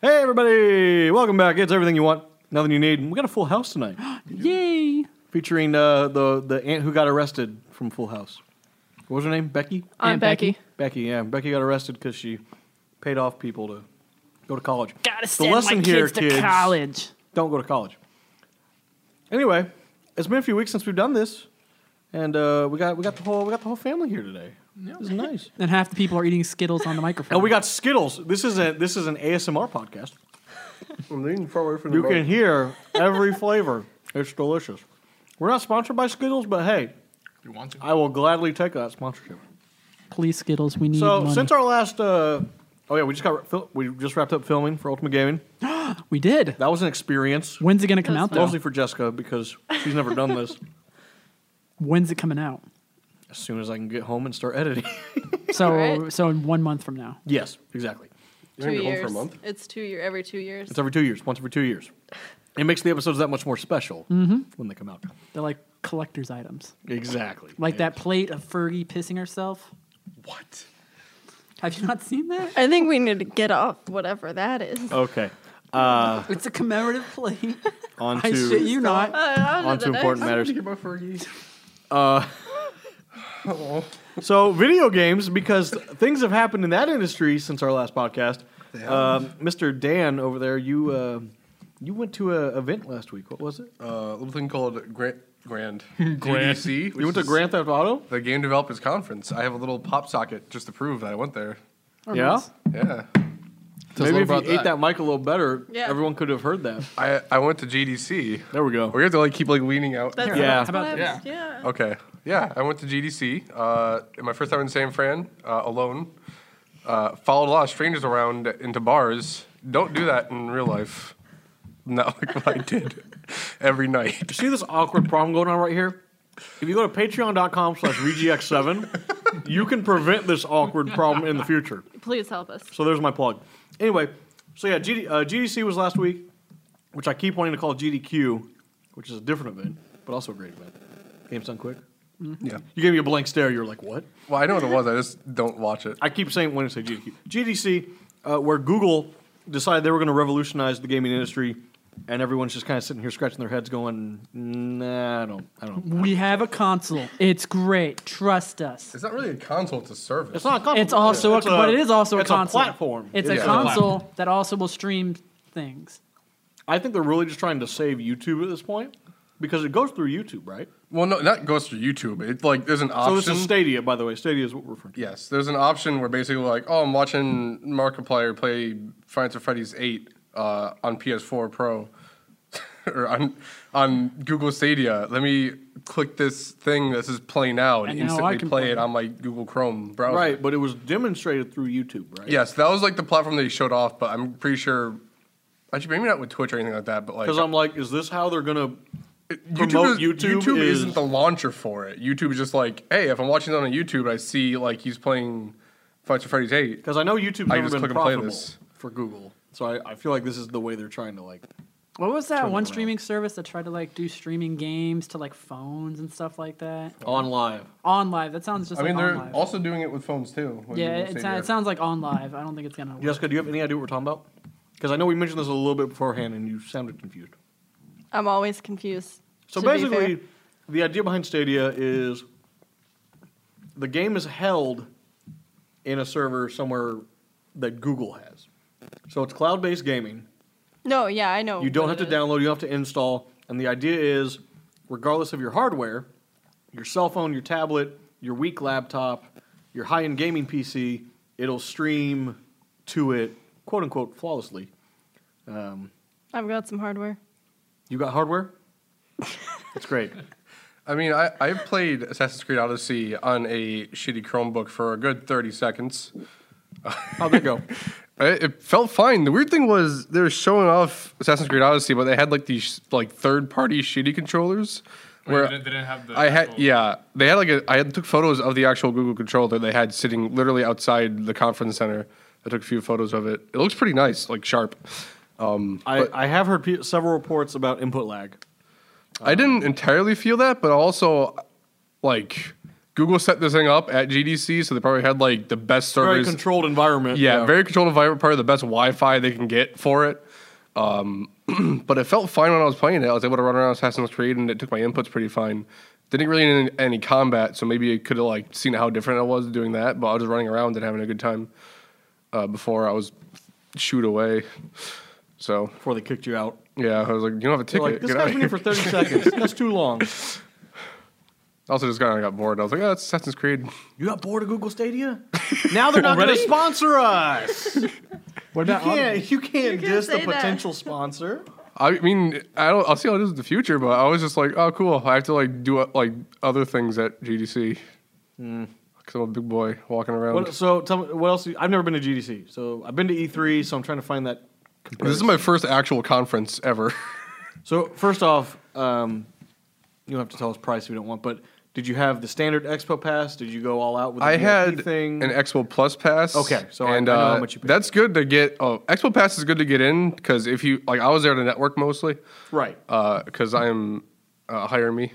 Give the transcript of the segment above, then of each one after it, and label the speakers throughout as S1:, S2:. S1: Hey, everybody! Welcome back. It's everything you want, nothing you need. And we got a full house tonight,
S2: Yay!
S1: featuring uh, the the aunt who got arrested from Full House. What was her name? Becky.
S3: I'm
S2: And
S3: Becky.
S2: Becky.
S1: Becky. Yeah, Becky got arrested because she paid off people to go to college.
S2: Gotta
S1: send my lesson here, kids to kids-
S2: college.
S1: Don't go to college. Anyway, it's been a few weeks since we've done this, and uh, we got we got the whole we got the whole family here today. This is nice.
S2: And half the people are eating Skittles on the microphone.
S1: And we got Skittles. This is a this is an ASMR podcast.
S4: I'm leaning far away from the
S1: You
S4: mic.
S1: can hear every flavor. It's delicious. We're not sponsored by Skittles, but hey,
S5: You want to?
S1: I will gladly take that sponsorship.
S2: Please, Skittles, we need
S1: So
S2: money.
S1: since our last, uh, oh yeah, we just got fil- we just wrapped up filming for Ultimate Gaming.
S2: we did.
S1: That was an experience,
S2: When's it gonna come out,
S3: That's
S2: though?
S1: mostly for Jessica because she's never done this.
S2: When's it coming out?
S1: As soon as I can get home and start editing.
S2: So,
S3: Alright.
S2: so in one month from now.
S1: yes, exactly.
S4: You're gonna be home for a month.
S3: It's two year every two years.
S1: It's every two years, once every two years. It makes the episodes that much more special
S2: Mm-hmm.
S1: when they come out.
S2: They're like collector's items.
S1: Exactly.
S2: Like that plate of Fergie pissing herself.
S5: What?
S2: Have you not seen that?
S3: I think we need to get off whatever that is.
S1: Okay. Uh,
S2: It's a commemorative plate.
S1: On
S2: I
S1: to,
S2: shit you not.
S1: on to important matters.
S4: about Fergie.
S1: So, video games, because things have happened in that industry since our last podcast. Um, Mr. Dan over there, you uh, you went to an event last week. What was it?
S4: Uh, a little thing called Grant Grand
S5: Grand.
S4: GDC.
S1: you
S4: which
S1: went to
S4: is
S1: Grand Theft Auto?
S4: the Game Developers Conference. I have a little pop socket just to prove that I went there.
S1: yeah.
S4: Yeah,
S5: Tell us a
S1: Maybe
S5: little
S1: if you
S5: about
S1: ate that mic a little better,
S3: Yeah.
S1: everyone could have heard that.
S4: I I went to GDC.
S1: There we go.
S4: We have to like keep like leaning out.
S3: That's
S1: Yeah.
S3: How about
S5: Yeah.
S3: yeah.
S4: okay. Yeah, I went to GDC. Uh, my first time in San Fran uh, alone. Uh, followed a lot of strangers around into bars. Don't do that in real life. Not like what I did every night.
S1: You see this awkward problem going on right here? If you go to patreon.com slash VGX7, you can prevent this awkward problem in the future.
S3: Please help us.
S1: So there's my plug. Anyway, so yeah, GD, uh, GDC was last week, which I keep wanting to call GDQ, which is a different event, but also a great event. Game's done quick.
S4: Yeah.
S1: You gave me a blank stare. You were like, what?
S4: Well, I know what it was. I just don't watch it.
S1: I keep saying when I say GDQ. GDC, uh, where Google decided they were going to revolutionize the gaming industry, and everyone's just kind of sitting here scratching their heads, going, Nah, I don't, I don't.
S2: We have a console. It's great. Trust us.
S4: It's not really a console. It's a service.
S1: It's not. A console.
S2: It's also,
S1: It's
S2: a, but it is also
S1: it's
S2: a console.
S1: platform.
S2: It's
S4: Yeah.
S2: a
S4: a
S2: console that also will stream things.
S1: I think they're really just trying to save YouTube at this point because it goes through YouTube, right?
S4: Well, no, that goes through YouTube. It like there's an
S1: So
S4: option.
S1: this is Stadia, by the way. Stadia is what we're referring to.
S4: yes, there's an option where basically like, oh, I'm watching Markiplier play Finance of Freddy's Eight uh, on PS4 Pro or on on Google Stadia. Let me click this thing that says play now and,
S2: And now I
S4: instantly
S2: can
S4: play,
S2: play
S4: it
S2: it.
S4: on my Google Chrome browser.
S1: Right, but it was demonstrated through YouTube, right?
S4: Yes, that was like the platform they showed off, but I'm pretty sure. Actually, maybe not with Twitch or anything like that, but like
S1: Because I'm like, is this how they're gonna?
S4: YouTube,
S1: promote
S4: is,
S1: YouTube is-
S4: not the launcher for it. YouTube is just like, hey, if I'm watching it on YouTube, I see like he's playing Fights for Freddy's Eight.
S1: Because I know YouTube's
S4: I
S1: never
S4: just
S1: been
S4: click and play
S1: profitable
S4: this.
S1: for Google, so I, I feel like this is the way they're trying to like.
S2: What was
S1: Turn
S2: that
S1: it
S2: one
S1: around.
S2: streaming service that tried to like do streaming games to like phones and stuff like that?
S1: On live,
S2: On live. That sounds just
S4: I mean,
S2: like
S4: they're
S2: on live.
S4: also doing it with phones too. with
S2: yeah,
S4: Google
S2: it,
S4: Stadia.
S2: sa- it sounds like on live. I don't think it's gonna. Work.
S1: Jessica, do you have any idea what we're talking about? Because I know we mentioned this a little bit beforehand, and you sounded confused.
S3: I'm always confused.
S1: So
S3: to be fair.
S1: basically, the idea behind Stadia is the game is held in a server somewhere that Google has. So it's cloud-based gaming.
S3: no, yeah, I know.
S1: You don't have to
S3: what it is.
S1: download, you don't have to install. And the idea is, regardless of your hardware, your cell phone, your tablet, your weak laptop, your high end gaming PC, it'll stream to it, quote unquote, flawlessly. Um,
S3: I've got some hardware.
S1: you got hardware? That's great.
S4: I mean, I, I played Assassin's Creed Odyssey on a shitty Chromebook for a good 30 seconds.
S1: How'd that go?
S4: It, it felt fine. The weird thing was they were showing off Assassin's Creed Odyssey, but they had like these like third party shitty controllers.
S5: Where they didn't, they didn't have the.
S4: I had
S5: actual-
S4: yeah. They had like a, I had, took photos of the actual Google controller they had sitting literally outside the conference center. I took a few photos of it. It looks pretty nice, like sharp. Um,
S1: I, I have heard pe- several reports about input lag.
S5: Um,
S4: I didn't entirely feel that, but also like Google set this thing up at GDC, so they probably had like the best
S1: Very
S4: servers.
S1: controlled environment.
S4: yeah, very controlled environment, probably the best Wi-Fi they can get for it. Um, but it felt fine when I was playing it. I was able to run around Assassin's Creed, and it took my inputs pretty fine. Didn't really need any, any combat, so maybe it could have like seen how different it was doing that. But I was just running around and having a good time uh, before I was shooed away. So
S1: Before they kicked you out.
S4: yeah, I was like, you don't have a
S1: They're
S4: ticket.
S1: like, this
S4: Get
S1: guy's
S4: outta
S1: been here for 30 seconds. That's too long.
S4: Also, just kind of got bored. I was like, oh, it's Assassin's Creed.
S1: You got bored of Google Stadia? Now they're not going to
S5: Already?
S1: sponsor us. You
S2: What about Audible?
S1: can't, you can't
S3: can't
S1: diss the
S3: say that.
S1: potential sponsor.
S4: I mean, I don't. I'll see how it is in the future, but I was just like, oh, cool. I have to like do uh, like other things at GDC because I'm a big boy walking around.
S1: Hmm. What, so tell me, what else? I've never been to GDC. So I've been to E3, so I'm trying to find that
S4: this
S1: comparison.
S4: is my first actual conference ever.
S1: So first off, um, you don't have to tell us price if you don't want, but did you have the standard Expo pass? Did you go all out with the
S4: I
S1: VIP
S4: had
S1: thing?
S4: an Expo Plus pass.
S1: Okay, so I-
S4: and
S1: I know how
S4: uh,
S1: much you paid.
S4: that's good to get. Oh, Expo Pass is good to get in because if you like, I was there to network mostly
S1: right.
S4: because I'm uh, hire me.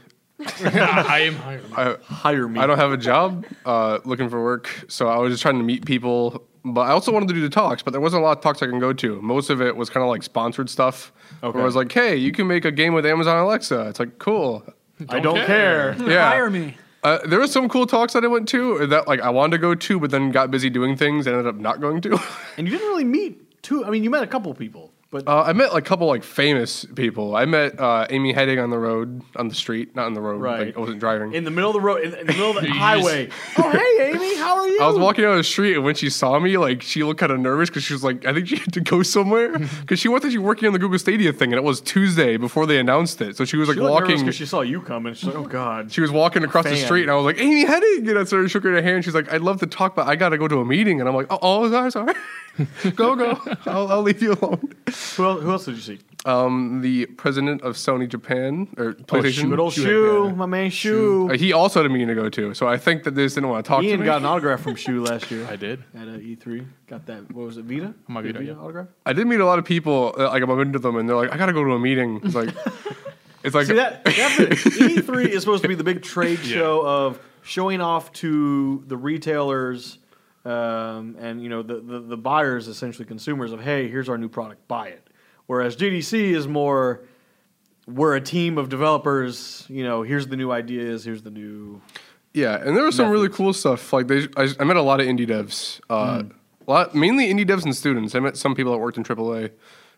S5: I am hired.
S1: Hire me.
S4: I don't have a job, uh, looking for work, so I was just trying to meet people. But I also wanted to do the talks, but there wasn't a lot of talks I can go to. Most of it was kind of like sponsored stuff.
S1: Okay.
S4: Where I was like, hey, you can make a game with Amazon Alexa. It's like, cool.
S1: I don't care.
S4: Yeah.
S2: Hire me.
S4: Uh, there were some cool talks that I went to that like I wanted to go to, but then got busy doing things and ended up not going to.
S1: And you didn't really meet two. I mean, you met a couple people, but
S4: uh, I met like, a couple like famous people. I met uh, Amy Heading on the road, on the street, not on the road.
S1: Right.
S4: Like, I wasn't driving.
S1: in the middle of the road, in, in the middle of the
S5: You just-
S1: highway. oh, hey, Amy, how are you?
S4: I was walking down the street, and when she saw me, like she looked kind of nervous because she was like, "I think she had to go somewhere," because she was actually working on the Google Stadia thing, and it was Tuesday before they announced it. So she was like
S1: She looked nervous
S4: walking.
S1: 'cause she saw you coming. She's like, oh god.
S4: She was walking across the
S1: Fan.
S4: street, and I was like, "Amy, Hennig," and I sort of shook her hand. She's like, "I'd love to talk, but I got to go to a meeting." And I'm like, "Oh, oh sorry, sorry. go, go. I'll, I'll leave you alone."
S1: Who else, who else did you see?
S4: Um, the president of Sony Japan or PlayStation,
S1: Good Oh, old Shoe, my man Shoe.
S4: Uh, he also had a meeting to go to, so I think that they just didn't want to talk to
S1: Ian
S4: me.
S1: got an autograph from Shoe last year
S5: I did.
S1: at uh, E3. Got that. What was it? Vita.
S5: my
S1: Did
S5: Vita, yeah.
S1: autograph.
S4: I did meet a lot of people. uh, Like I'm into them, and they're like, "I gotta go to a meeting." It's like, it's like
S1: See that, that E three is supposed to be the big trade
S5: Yeah.
S1: show of showing off to the retailers um, and you know the, the the buyers essentially consumers of hey here's our new product buy it. Whereas GDC is more we're a team of developers you know here's the new ideas here's the new
S4: yeah. And there was some really
S1: Methods.
S4: cool stuff. Like they, I, I met a lot of indie devs. Uh,
S1: Mm.
S4: a lot, mainly indie devs and students. I met some people that worked in AAA.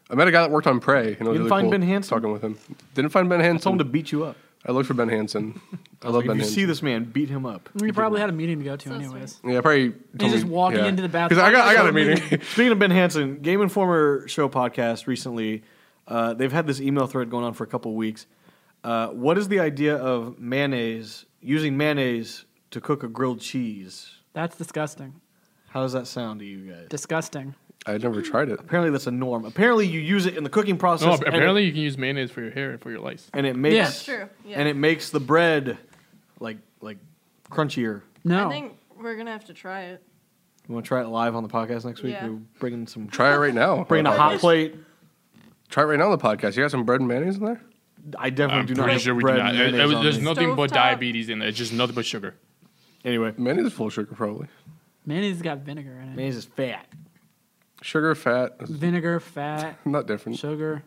S4: I met a guy that worked on Prey. And it was
S1: You didn't
S4: really
S1: find
S4: cool
S1: Ben Hansen?
S4: Talking with him, didn't find Ben
S1: someone
S4: Hansen.
S1: to beat you up.
S4: I looked for Ben Hansen. I love
S1: Like, if
S4: Ben
S1: you
S4: Hansen.
S1: see this man, beat him up.
S2: We probably had a meeting to go to,
S3: So
S2: anyways.
S4: yeah, probably. told
S2: just
S4: me-
S2: walking into the bathroom.
S4: 'Cause I got, I got a
S2: Some meeting.
S4: meeting.
S1: Speaking of Ben Hansen, Game Informer show podcast recently, uh, they've had this email thread going on for a couple weeks. Uh, what is the idea of mayonnaise using mayonnaise to cook a grilled cheese?
S2: That's disgusting.
S1: How does that sound to you guys?
S2: Disgusting.
S4: I had never tried it.
S1: Apparently, that's a norm. Apparently, you use it in the cooking process.
S5: No,
S1: and it-
S5: apparently you can use mayonnaise for your hair and for your lice.
S1: and it makes
S2: Yeah. That's
S3: true, yeah.
S1: and it makes the bread like like crunchier.
S2: No.
S3: I think we're gonna have to try it.
S1: You want to try it live on the podcast next week?
S3: Yeah.
S1: We're bringing some
S4: Try it right now.
S1: bringing a hot plate.
S4: Try it right now on the podcast. You got some bread and mayonnaise in there?
S1: I definitely
S5: I'm
S1: do not
S5: pretty
S1: have
S5: sure we do
S1: bread
S5: not.
S1: and
S5: It- it
S1: mayonnaise
S5: was-
S1: on
S5: there's
S1: me.
S5: nothing but
S3: Stovetop.
S5: diabetes in there. It's just nothing but sugar.
S1: Anyway,
S4: Mayonnaise is full of sugar, probably.
S2: Mayonnaise's got vinegar in it.
S1: mayonnaise is fat.
S4: Sugar, fat, is
S2: Vinegar, fat,
S4: not different.
S2: sugar.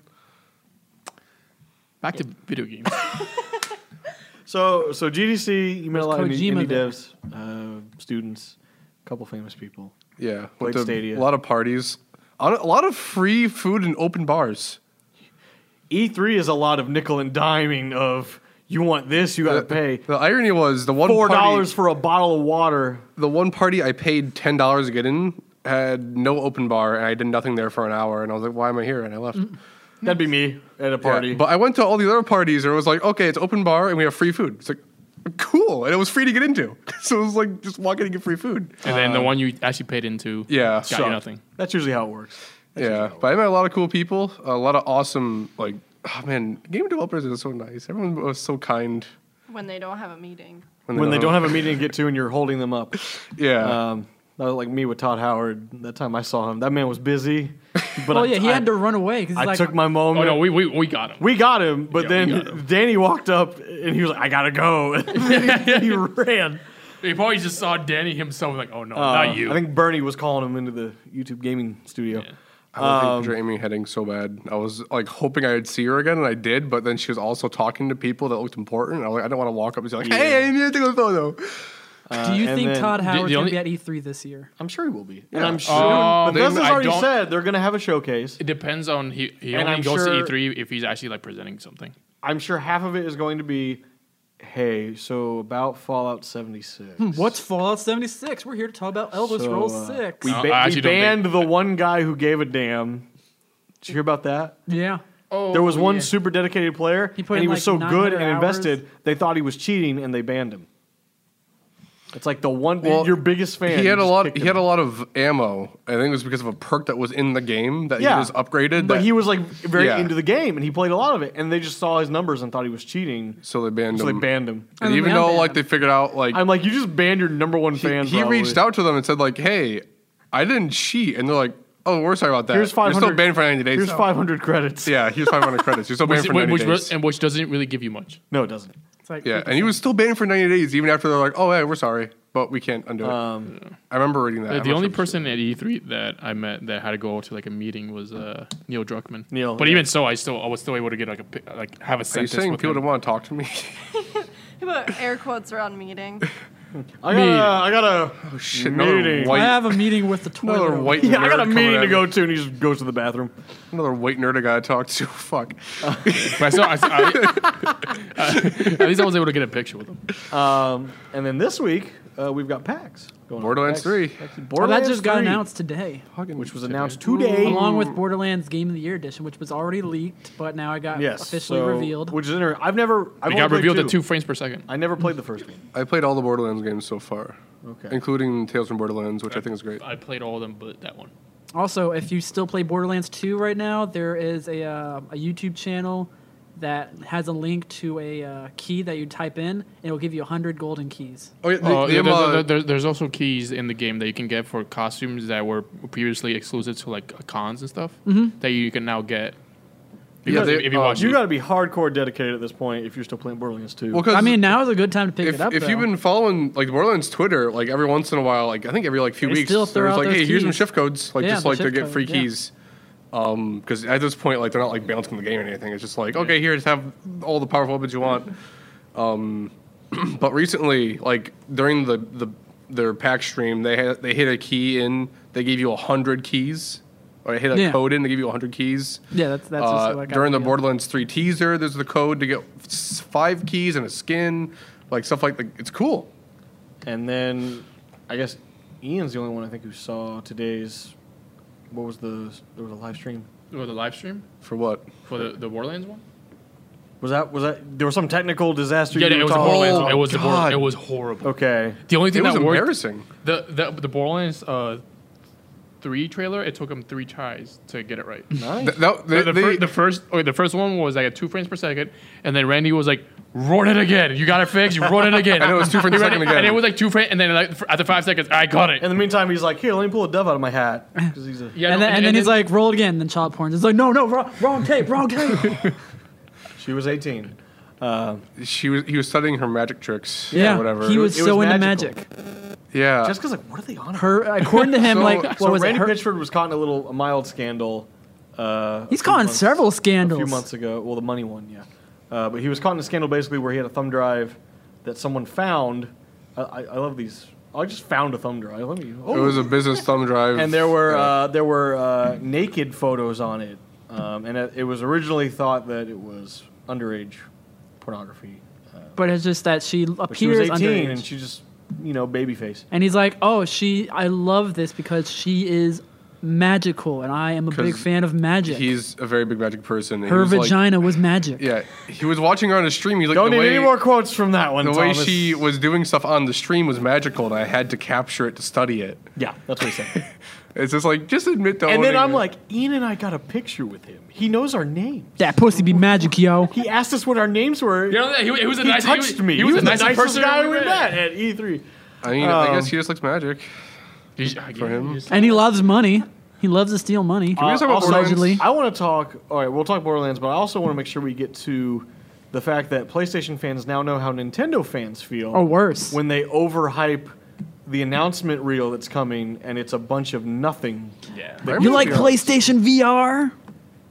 S5: Back to video games.
S1: So so GDC, you met a
S2: Where's
S1: lot of indie,
S2: Kojima
S1: indie
S2: there?
S1: devs, uh, students, a couple famous people.
S4: Yeah,
S1: Played
S4: went to
S1: Stadia.
S4: a lot of parties, a lot of- a lot of free food and open bars.
S1: E3 E is a lot of nickel and diming of you want this, you got to pay
S4: The irony was the one
S1: four dollars
S4: Party,
S1: for a bottle of water.
S4: the one party I paid ten dollars to get in had no open bar, and I did nothing there for an hour. And I was like, "Why am I here?" And I left.
S1: That'd be me at a
S4: Yeah,
S1: Mm-hmm. party.
S4: but I went to all these other parties, and it was like, "Okay, it's open bar, and we have free food." It's like, cool, and it was free to get into. so it was like just walking and get free food.
S5: and then the
S1: Um,
S5: one you actually paid into
S4: Yeah,
S5: got you nothing.
S1: That's usually how it works.
S4: yeah, but I met a lot of cool people, a lot of awesome like. Oh man, game developers are so nice. Everyone was so kind
S3: When they don't have a meeting.
S1: When they don't have a meeting to get to and you're holding them up.
S4: Yeah,
S1: Um, that was like me with Todd Howard. That time I saw him, that man was busy. But
S2: Well,
S1: I,
S2: yeah, he
S1: I,
S2: had to run away because
S1: I
S2: like,
S1: took my
S5: Oh
S1: moment.
S5: no, we we, we got him.
S1: We got him, but
S5: Yeah, we
S1: then
S5: got him.
S1: Danny walked up and he was like, "I gotta go," and then he, he ran.
S5: He probably just saw Danny himself like, oh no,
S1: Uh,
S5: not you.
S1: I think Bernie was calling him into the YouTube gaming studio.
S5: Yeah.
S4: I was um, Jamie heading so bad. I was like hoping I'd see her again, and I did. But then she was also talking to people that looked important. I, was like, I don't want to walk up and say like, "Hey, I need to take a photo."
S2: Do you
S1: and
S2: think
S1: then-
S2: Todd
S5: The-
S2: Howard's
S5: the
S2: going
S5: only-
S2: to be at E3 this year?
S1: I'm sure he will be, and I'm sure
S5: Oh,
S1: Bethesda's
S5: then I
S1: already
S5: don't-
S1: said they're going to have a showcase.
S5: It depends on he. He
S1: And
S5: only
S1: I'm
S5: goes
S1: sure-
S5: to E3 if he's actually like presenting something.
S1: I'm sure half of it is going to be, hey, so about Fallout 76.
S5: Hmm.
S2: What's Fallout 76? We're here to talk about Elder
S1: So,
S2: Scrolls
S1: uh,
S2: 6.
S1: We,
S5: Uh,
S1: ba-
S5: I
S1: we
S5: actually don't think-
S1: banned the one guy who gave a damn. Did you hear about that?
S2: yeah.
S5: Oh,
S1: there was one super dedicated player,
S2: He put
S1: and
S2: in
S1: he was
S2: like
S1: so good
S2: 900
S1: and invested, they thought he was cheating, and they banned him. It's like the one
S4: Well,
S1: your biggest fan.
S4: He
S1: you
S4: had a
S1: just
S4: lot.
S1: kicked
S4: He
S1: him.
S4: had a lot of ammo. I think it was because of a perk that was in the game that
S1: Yeah.
S4: he just upgraded.
S1: but
S4: that-
S1: he was like very
S4: Yeah.
S1: into the game, and he played a lot of it, and they just saw his numbers and thought he was cheating,
S4: so they banned
S1: so they
S4: him.
S1: banned him.
S4: And
S2: And
S4: even
S2: they
S4: though
S2: unbanned
S4: like
S2: him.
S4: they figured out like
S1: I'm like, you just banned your number one
S4: he,
S1: fan.
S4: he
S1: probably."
S4: reached out to them and said like, "Hey, I didn't cheat," and they're like, "Oh, we're sorry about that.
S1: Here's
S4: You're
S1: 500.
S4: still banned for 90 days."
S1: Here's
S4: now."
S1: 500 credits.
S4: Yeah, here's 500 credits. You're still banned
S5: Which,
S4: for 90
S5: which-
S4: days.
S5: and which doesn't really give you much.
S1: No, it doesn't.
S2: It's like
S4: Yeah, and he was still banned for 90 days, even after they're like, oh, hey, we're sorry, but we can't undo it.
S2: Um,
S4: I remember reading that.
S5: The-
S4: I'm
S5: the
S4: not
S5: only
S4: sure if it's
S5: person at E3 that I met that had to go to like a meeting was uh, Neil Druckmann.
S1: Neil,
S5: but
S1: yeah.
S5: even so, I still I was still able to get like a pic- like have a
S4: true. Are you
S5: sentence.
S4: saying
S5: with
S4: people
S5: him.
S4: don't want to talk to me?
S3: He put air quotes around meeting.
S1: I got, a, I got a
S4: oh, shit.
S1: Meeting.
S4: Another
S2: I
S4: white,
S2: have a meeting with the toilet.
S4: another
S2: over
S4: white
S1: yeah,
S4: nerd
S1: I got a
S4: coming
S1: meeting
S4: at
S1: to
S4: me.
S1: go to, and he just goes to the bathroom.
S4: Another white nerd I got to talk to. Fuck.
S5: But I still, I, I- at least I was able to get a picture with him.
S1: Um, and then this week uh, we've got PAX going. on.
S4: Borderlands
S1: PAX-
S4: 3.
S1: PAX-
S2: Well, that
S1: Borderlands
S2: just got
S1: 3,
S2: announced today,
S1: which was announced today.
S2: along with Borderlands Game of the Year edition, which was already leaked, but now I got
S1: yes,
S2: officially
S1: so-
S2: revealed.
S1: Which is interesting. I've never. I've
S5: It
S1: only
S5: got
S1: played
S5: revealed
S1: two.
S5: at two frames per second.
S1: I never played the first one.
S4: I played all the Borderlands games so far,
S1: Okay.
S4: including Tales from Borderlands, which I think is great.
S5: I played all of them, but that one.
S2: also, if you still play Borderlands 2 right now, there is a, uh, a YouTube channel that has a link to a uh, key that you type in, and it will give you 100 golden keys.
S4: Oh, yeah,
S5: Uh,
S4: the- the,
S5: there- there-
S4: uh,
S5: there- there- there's also keys in the game that you can get for costumes that were previously exclusive to like cons and stuff
S4: Mm-hmm.
S5: that you can now get. Because
S4: they-
S5: if oh, you
S4: uh,
S5: watch
S1: You
S5: it-
S1: got to be hardcore dedicated at this point if you're still playing Borderlands 2.
S4: well, 'cause
S2: I mean, now is a good time to pick
S4: if,
S2: it up.
S4: if
S2: though.
S4: you've been following like Borderlands Twitter, like every once in a while, like I think every like few
S2: They
S4: weeks,
S2: still throw
S4: there's
S2: out
S4: like,
S2: those
S4: hey, here's some
S2: keys.
S4: shift codes, like
S2: Yeah,
S4: just
S2: the
S4: like to
S2: shift
S4: get
S2: code,
S4: free
S2: yeah.
S4: keys. Um, because at this point, like they're not like balancing the game or anything. It's just like, okay, here, just have all the powerful weapons you want. Um, but recently, like during the the their pack stream, they had, they hit a key in. They gave you hundred keys, or hit a
S2: Yeah.
S4: code in. They give you hundred keys.
S2: yeah, that's that's
S4: Uh,
S2: just what I got
S4: during the
S2: revealed.
S4: Borderlands 3 teaser, there's the code to get s- five keys and a skin, like stuff like that. It's cool.
S1: and then I guess Ian's the only one I think who saw today's. What was the? There was a live stream.
S5: or the live stream
S4: For what?
S5: for the, the Warlands one.
S1: Was that? Was that? There was some technical disaster.
S5: Yeah,
S1: you
S5: it
S1: were
S5: was the
S1: talking
S5: Borderlands.
S1: about?
S5: one. It was the Borderlands.
S4: God.
S5: It was horrible.
S1: Okay.
S5: The only thing
S4: It was
S5: that worked
S4: embarrassing.
S5: the the the Borderlands uh, three trailer. It took them three tries to get it right.
S1: Nice.
S4: Th- that- they-
S5: the, the,
S4: they-
S5: fir- the first or the first one was like at two frames per second, and then Randy was like, "Run it again! You got it fixed. You run it again."
S4: I know, it was two frames
S5: He
S4: per
S5: ran
S4: second
S5: it-
S4: again.
S5: And it was like two frames, and then like f- after five seconds, I got it.
S1: In the meantime, he's like, "Here, let me pull a dove out of my hat." 'Cause he's a,
S5: yeah,
S2: and,
S5: no,
S2: then, and, then he's like, roll it again. Then child porn. It's like, no, no, wrong, wrong tape, wrong tape.
S1: she was 18.
S4: She was he was studying her magic tricks. or
S2: yeah,
S4: whatever.
S2: He was
S1: It was
S2: so into
S1: magical.
S2: magic.
S5: Uh,
S4: yeah.
S1: Jessica's like, "What are they on?" about?"
S2: Her, according to him,
S4: So-
S2: like what
S1: so
S2: was
S1: Randy
S2: it? Her,
S1: Pitchford was caught in a little a mild scandal. Uh,
S2: he's
S1: a few
S2: caught in
S1: months-
S2: several
S1: a
S2: scandals.
S1: few months ago. Well, the money one, yeah. Uh, but he was caught in a scandal basically where he had a thumb drive that someone found. I, I, I love these. Oh, I just found a thumb drive. Let me. oh.
S4: it was a business thumb drive.
S1: and there were
S4: Yeah.
S1: uh, there were uh, naked photos on it, um, and it, it was originally thought that it was underage pornography.
S2: But it's just that she
S1: But she was
S2: appears
S1: 18,
S2: underage.
S1: and she just you know babyface.
S2: And he's like, "Oh, she. I love this because she is magical, and I am a big
S4: 'Cause
S2: fan of magic.
S4: he's a very big magic person. and he
S2: Her
S4: was like-
S2: vagina was magic.
S4: yeah. He was watching her on a stream. He's like
S1: Don't
S4: the
S1: need
S4: way,
S1: any more quotes from that one.
S4: the way
S1: Thomas.
S4: she was doing stuff on the stream was magical, and I had to capture it to study it.
S1: Yeah, that's what he said.
S4: It's just like just admit to
S1: and then
S4: owning
S1: I'm
S4: it.
S1: like, Ian and I got a picture with him. He knows our names.
S2: That pussy be magic, yo.
S1: He asked us what our names were.
S5: You know, he, he was a
S1: he
S5: nice,
S1: touched
S5: he, was-
S1: me.
S5: He was, the
S1: the
S5: nicest,
S1: nicest
S5: person
S1: guy
S5: I've
S1: we
S5: ever
S1: met at E E3.
S4: I mean, I
S1: um,
S4: guess he just likes magic.
S5: He's- I
S4: For him.
S5: guess-
S2: And he loves money. He loves to steal money.
S4: we just talk about
S1: also-
S4: Borderlands?
S2: Allegedly.
S1: I want to talk. All right, we'll talk Borderlands, but I also want to make sure we get to the fact that PlayStation fans now know how Nintendo fans feel.
S4: Oh,
S2: Or worse.
S1: When they overhype the announcement reel that's coming and it's a bunch of nothing.
S5: Yeah.
S1: That
S2: you
S1: goes
S2: like
S1: beyond.
S2: PlayStation VR?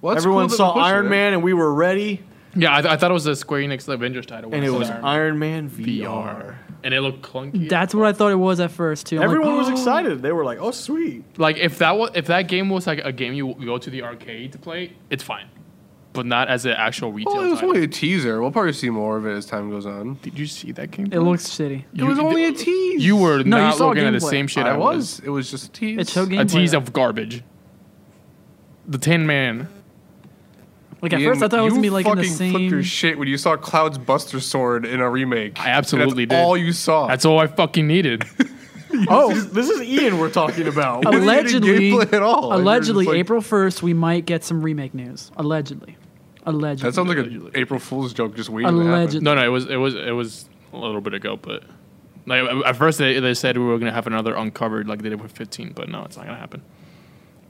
S4: Well, that's
S1: Everyone
S4: cool that
S1: saw
S4: they're pushing
S1: Iron
S4: it.
S1: Man and we were ready,
S5: Yeah, I, th- I thought it was the Square Enix Avengers title. when
S1: and it
S5: said
S1: was Iron Man VR.
S5: and it looked clunky.
S2: That's what I thought it was at first too. I'm like,
S1: Everyone was
S2: "Oh."
S1: excited. They were like, "Oh, sweet!"
S5: like if that was if that game was like a game you go to the arcade to play, it's fine, but not as an actual retail.
S4: Well, Oh, it was
S5: title.
S4: only a teaser. We'll probably see more of it as time goes on.
S5: Did you see that game?
S2: It looks shitty.
S4: It was only a tease.
S5: You were
S2: No, you
S5: not
S2: saw
S5: looking at the
S2: gameplay.
S5: same shit.
S4: I was. It was just a tease.
S2: It showed
S5: a
S2: gameplay.
S5: tease
S2: though.
S5: of garbage. The Tin Man.
S2: like at
S4: Ian,
S2: first I thought it was
S4: you
S2: gonna be like in the
S4: fucking flipped your
S2: same.
S4: shit when you saw Cloud's Buster Sword in a remake.
S5: I absolutely
S4: And that's
S5: did.
S4: All you saw.
S5: That's all I fucking needed.
S1: Oh, this is Ian we're talking about.
S4: didn't get
S2: Allegedly,
S4: any gameplay at all. You're
S2: allegedly,
S4: just like-
S2: April first, we might get some remake news. Allegedly, allegedly.
S4: that sounds like an April Fool's joke just waiting
S2: Allegedly.
S4: to
S5: no, no, it was it was it was a little bit ago, but like at first they, they said we were gonna have another uncovered like they did with 15, but no, it's not gonna happen.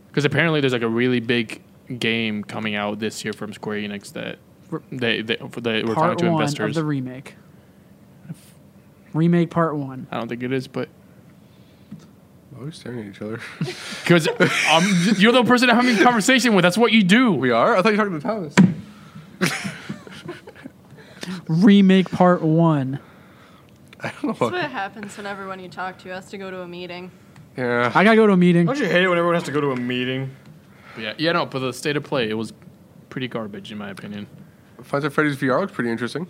S5: Because apparently there's like a really big game coming out this year from Square Enix that
S2: Re-
S5: they they, they were
S2: part
S5: talking to
S2: one
S5: investors.
S2: of the remake. Remake part one.
S5: I don't think it is, but
S4: happen. Oh, we're staring at each other.
S5: because um, you're the person I'm having a conversation with. That's what you do.
S4: we are. I thought you were talking to Thomas.
S2: Remake part one.
S4: I don't know.
S3: That's what
S4: What,
S3: happens when everyone you talk to has to go to a meeting.
S4: yeah.
S2: I gotta go to a meeting.
S1: Don't you hate it when everyone has to go to a meeting?
S5: Yeah, yeah, no, but the state of play it was pretty garbage in my opinion.
S4: Five at Freddy's VR looks pretty interesting.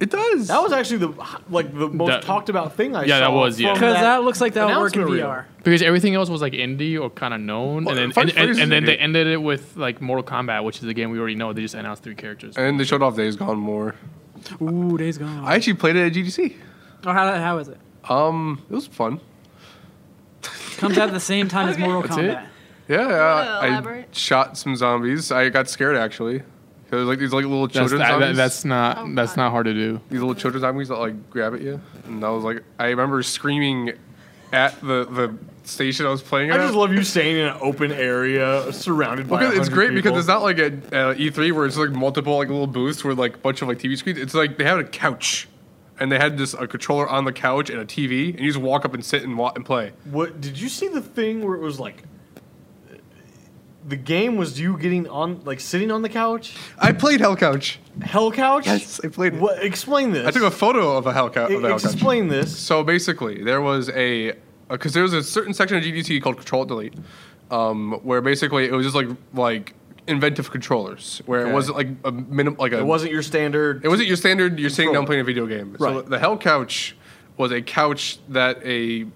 S4: It does.
S1: That was actually the like the most
S5: That-
S1: talked about thing I saw.
S5: Yeah, that was, yeah.
S1: from
S2: Because that looks like that'll work in
S1: announcement reel.
S2: VR.
S5: Because everything else was like indie or kind of known,
S4: Well,
S5: and then
S4: Five
S5: and, and,
S4: Freddy's
S5: and
S4: is
S5: then they
S4: indie.
S5: ended it with like Mortal Kombat, which is a game we already know. They just announced three characters.
S4: and they showed off Days Gone more.
S2: Ooh, days gone.
S4: I actually played it at GDC.
S2: oh, how, how is it?
S4: Um, it was fun.
S2: Comes out at the same time as Mortal
S5: That's
S2: Kombat.
S5: it?
S4: Yeah, yeah. I
S3: elaborate?
S4: shot some zombies. I got scared actually. There's like these like little
S5: That's,
S4: children
S5: I-
S4: zombies.
S5: that- that's not
S3: Oh,
S5: that's
S3: God.
S5: not hard to do.
S4: these little children zombies that like grab at you. And I was like, I remember screaming at the the station I was playing
S1: I
S4: at.
S1: just love you staying in an open area surrounded by.
S4: Well, 'cause it's
S1: 100
S4: great because
S1: people.
S4: it's not like at uh, E3 where it's like multiple like little booths with like bunch of like TV screens. It's like they had a couch, and they had this a controller on the couch and a TV, and you just walk up and sit and wa- and play.
S1: What did you see the thing where it was like? The game was you getting on like sitting on the couch,
S4: I played Hell Couch.
S1: hell couch.
S4: Yes, I played it.
S1: What? Explain this.
S4: I took a photo of a Hell, cou-
S1: E-
S4: of a hell Couch.
S1: explain this.
S4: So basically, there was a because there was a certain section of GDT called Control Delete, um, where basically it was just like like inventive controllers, where
S1: Okay.
S4: it wasn't like a minimum like a
S1: It wasn't your standard.
S4: it wasn't your standard. You're sitting down
S1: Controller.
S4: playing a video game. So
S1: Right.
S4: the Hell Couch was a couch that a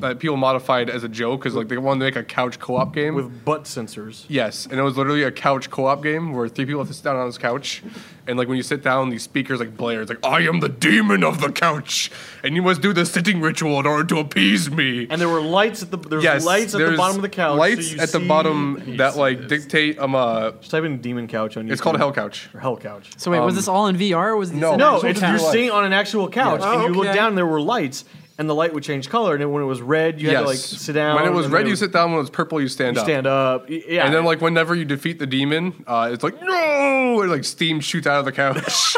S4: that people modified as a joke because like they wanted to make a couch co-op game
S1: with butt sensors.
S4: Yes, and it was literally a couch co-op game where three people have to sit down on this couch, and like when you sit down, these speakers like blare. It's like I am the demon of the couch, and you must do the sitting ritual in order to appease me.
S1: And there were lights at the there's
S4: yes,
S1: lights at the
S4: there's
S1: bottom of the couch. so
S4: Lights
S1: you
S4: at the
S1: see-
S4: bottom that like
S5: Jesus.
S4: dictate um uh,
S1: Just type in demon couch on YouTube.
S4: it's called a hell couch.
S1: Or hell couch.
S2: So wait, was this all in VR? Or was this
S4: No.
S2: an
S1: Um, No,
S2: actual
S1: it's,
S2: couch?
S1: you're sitting on an actual couch,
S2: Yeah.
S1: and
S2: Oh,
S1: you look
S2: okay.
S1: down. There were lights, and the light would change color. And then when it was red, you had
S4: yes,
S1: to like sit down.
S4: When it was
S1: and
S4: red,
S1: then
S4: you sit down. When it was purple, you
S1: you
S4: stand up.
S1: stand up. Y- Yeah,
S4: And then like whenever you defeat the demon, uh, it's like no, and like steam shoots out of the couch.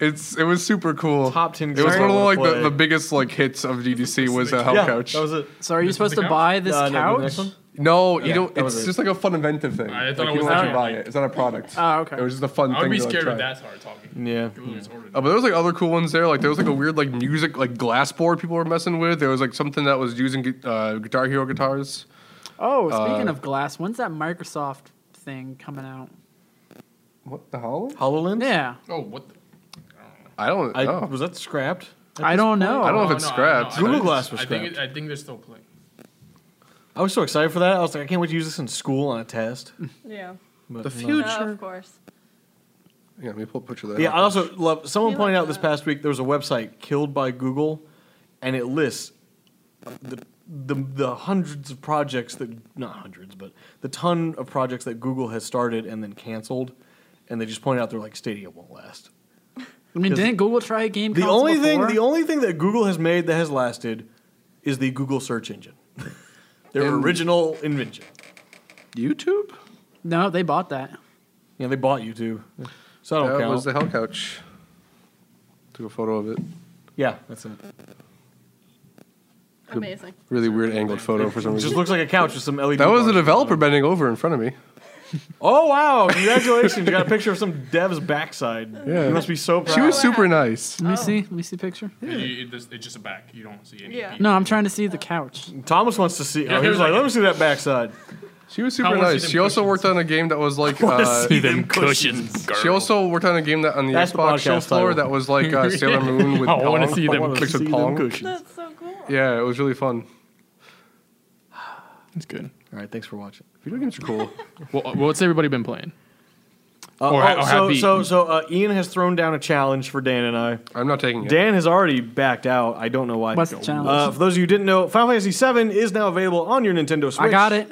S4: it's it was super cool.
S1: Top 10
S4: It was
S1: games
S4: one of
S1: I
S4: the,
S1: wanna
S4: like the,
S1: play.
S4: the biggest like hits of GDC was a hell
S1: yeah,
S4: couch.
S1: That was it.
S2: So are you supposed to
S5: couch?
S2: buy this
S1: Uh, no, the
S2: couch?
S1: next one?
S4: No, you
S1: Yeah,
S4: don't.
S1: that was
S4: It's
S1: it.
S4: just like a fun inventive thing.
S5: I thought
S4: like,
S5: it
S4: you
S5: was
S4: don't have
S5: like-
S4: to buy it. It's not a product.
S2: Oh, okay.
S4: It was just a fun thing. to, like, try.
S5: hard talking.
S1: Yeah.
S4: Oh, but there was like other cool ones there. Like there was like a weird like music like glass board people were messing with. There was like something that was using gu- uh, Guitar Hero guitars.
S2: Oh, speaking
S1: Uh,
S2: of glass, when's that Microsoft thing coming out?
S4: What the hell?
S1: Hololens.
S2: Yeah,
S5: Oh, what? The,
S4: I don't
S1: I,
S4: know.
S1: Was that scrapped?
S2: I don't know.
S4: I don't know if it's scrapped.
S1: Google Glass was
S5: I think,
S1: scrapped.
S5: it, I think they're still playing.
S1: I was so excited for that. I was like, I can't wait to use this in school on a test.
S3: Yeah.
S1: But
S4: The
S1: no.
S4: future.
S3: No, of course.
S4: Yeah, let me pull a picture of that.
S1: Yeah, I also love. Someone
S3: You
S1: pointed
S3: like
S1: out this
S3: that.
S1: past week there was a website killed by Google, and it lists the, the the hundreds of projects that not hundreds, but the ton of projects that Google has started and then canceled, and they just pointed out they're like Stadia won't last.
S2: I mean, didn't Google try a game?
S1: The
S2: console
S1: only thing
S2: before?
S1: the only thing that Google has made that has lasted is the Google search engine, their
S4: And-
S1: original invention.
S4: YouTube.
S2: no, they bought that.
S1: Yeah, they bought you too. So I don't
S4: that
S1: count.
S4: was the Hell Couch. Took a photo of it.
S1: yeah, that's it.
S3: Amazing.
S4: Really weird angled photo for some
S1: It just
S4: reason.
S1: looks like a couch with some LED.
S4: That was a
S1: bars.
S4: developer bending over in front of me.
S1: Oh wow! Congratulations! you got a picture of some dev's backside.
S4: Yeah.
S1: You must be so proud.
S4: She was
S3: Wow.
S4: super nice.
S2: Let me
S3: Oh.
S2: see. Let me see a picture.
S5: You- it- it's just a back. You don't see any.
S3: Yeah.
S5: people.
S2: No, I'm trying to see the couch.
S1: Thomas wants to see.
S5: Yeah,
S1: oh, he
S5: he
S1: was
S5: was
S1: like,
S5: like-
S1: "Let me see that backside."
S4: She was
S5: I
S4: super
S5: wanna see
S4: nice.
S5: them
S4: She also
S5: cushions.
S4: worked on a game that was like. Uh,
S1: see them
S5: girl.
S4: she also worked on a game that on the
S1: That's the
S4: Xbox show
S1: podcast
S4: floor
S1: title.
S4: that was like uh, Sailor Moon with
S5: I wanna
S4: Pong.
S5: see
S1: I
S5: them
S1: wanna
S4: mixed with
S1: see them
S4: Pong.
S1: cushions.
S3: That's so cool.
S4: Yeah, it was really fun.
S5: It's good.
S1: All right, thanks for watching.
S4: Video games are cool.
S5: Well, uh, what's everybody been playing?
S1: Uh,
S5: Or ha-
S1: oh,
S5: or
S1: so,
S5: have the-
S1: so, so uh, Ian has thrown down a challenge for Dan and I.
S4: I'm not taking it.
S1: Dan has already backed out. I don't know why.
S2: What's the challenge?
S1: Uh, for those of you who didn't know, Final Fantasy VII is now available on your Nintendo Switch.
S2: I got it.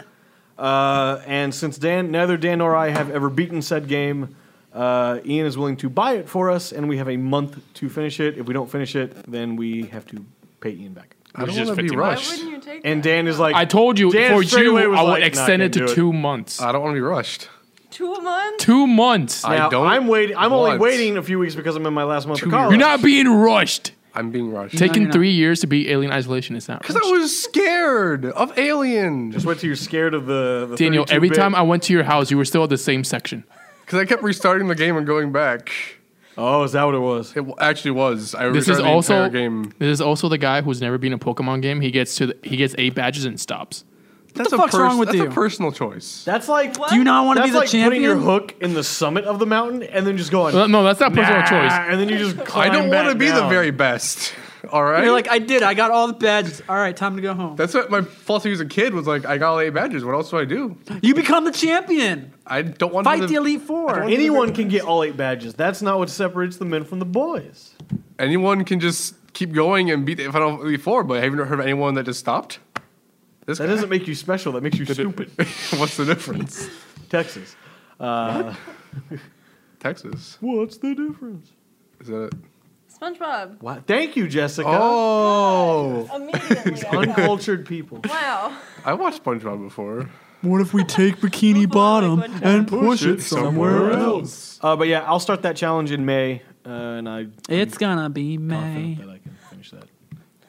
S1: Uh, and since Dan, neither Dan nor I have ever beaten said game, uh, Ian is willing to buy it for us, and we have a month to finish it. If we don't finish it, then we have to pay Ian back.
S4: I
S5: It was
S4: don't
S5: just
S4: want to be
S5: 15
S3: Why
S4: rushed.
S3: wouldn't you take
S1: And
S3: that?
S1: Dan is like,
S5: I told you
S1: Dan
S5: for
S1: straight
S5: you,
S1: away was
S5: I would
S1: like,
S5: extend
S1: "Nah, can't
S5: it to
S1: do it." Uh,
S5: two months.
S4: I don't want to be rushed.
S3: two months?
S5: two months.
S4: I
S1: now,
S4: don't
S1: I'm waiting. I'm only
S4: want-
S1: waiting a few weeks because I'm in my last month of college.
S5: You're not being rushed.
S4: I'm being rushed.
S5: Taking
S2: not.
S5: three years to beat Alien Isolation is not.
S4: Because I
S5: rushed.
S4: was scared of Alien.
S1: Just wait till you're scared of the. the
S5: Daniel, every
S1: 32-bit.
S5: time I went to your house, you were still at the same section.
S4: Because I kept restarting the game and going back.
S1: Oh, is that what it was?
S4: It w- actually was. I
S5: This
S4: restarted
S5: is
S4: the
S5: also
S4: entire game.
S5: this is also the guy who's never been in a Pokemon game. He gets to the, he gets eight badges and stops.
S4: That's
S2: the
S4: a
S2: fuck's wrong with
S4: that's
S2: you?
S4: a personal choice.
S1: That's like.
S3: What?
S2: Do you not want to
S1: That's
S2: be the
S1: like putting
S2: champion?
S1: your hook in the summit of the mountain and then just going.
S5: No, no, that's not personal
S1: "Nah,"
S5: choice.
S1: And then you just.
S4: I
S1: Climb
S4: don't
S1: want to
S4: be the very best. All right?
S2: You're like, I did. I got all the badges. All right, time to go home.
S4: that's what my philosophy as a kid was like. I got all eight badges. What else do I do?
S2: You become the champion.
S4: I don't want
S2: Fight
S4: to.
S2: the Elite Four.
S1: Anyone can get all eight badges. That's not what separates the men from the boys.
S4: Anyone can just keep going and beat the Final Elite Four, but have you heard of anyone that just stopped? This
S1: That
S4: guy.
S1: doesn't make you special. That makes you stupid.
S4: What's the difference?
S1: Texas. Uh,
S4: Texas.
S1: what's the difference?
S4: Is that it?
S3: SpongeBob.
S1: Wow. Thank you, Jessica.
S4: Oh,
S3: Immediately. I thought,
S1: Uncultured people.
S3: wow.
S4: I watched SpongeBob before.
S2: What if we take Bikini
S3: Bottom and
S2: push
S4: it somewhere else.
S1: Uh, but yeah, I'll start that challenge in May, uh, and I.
S2: It's gonna be
S1: confident
S2: May.
S1: that I can finish that.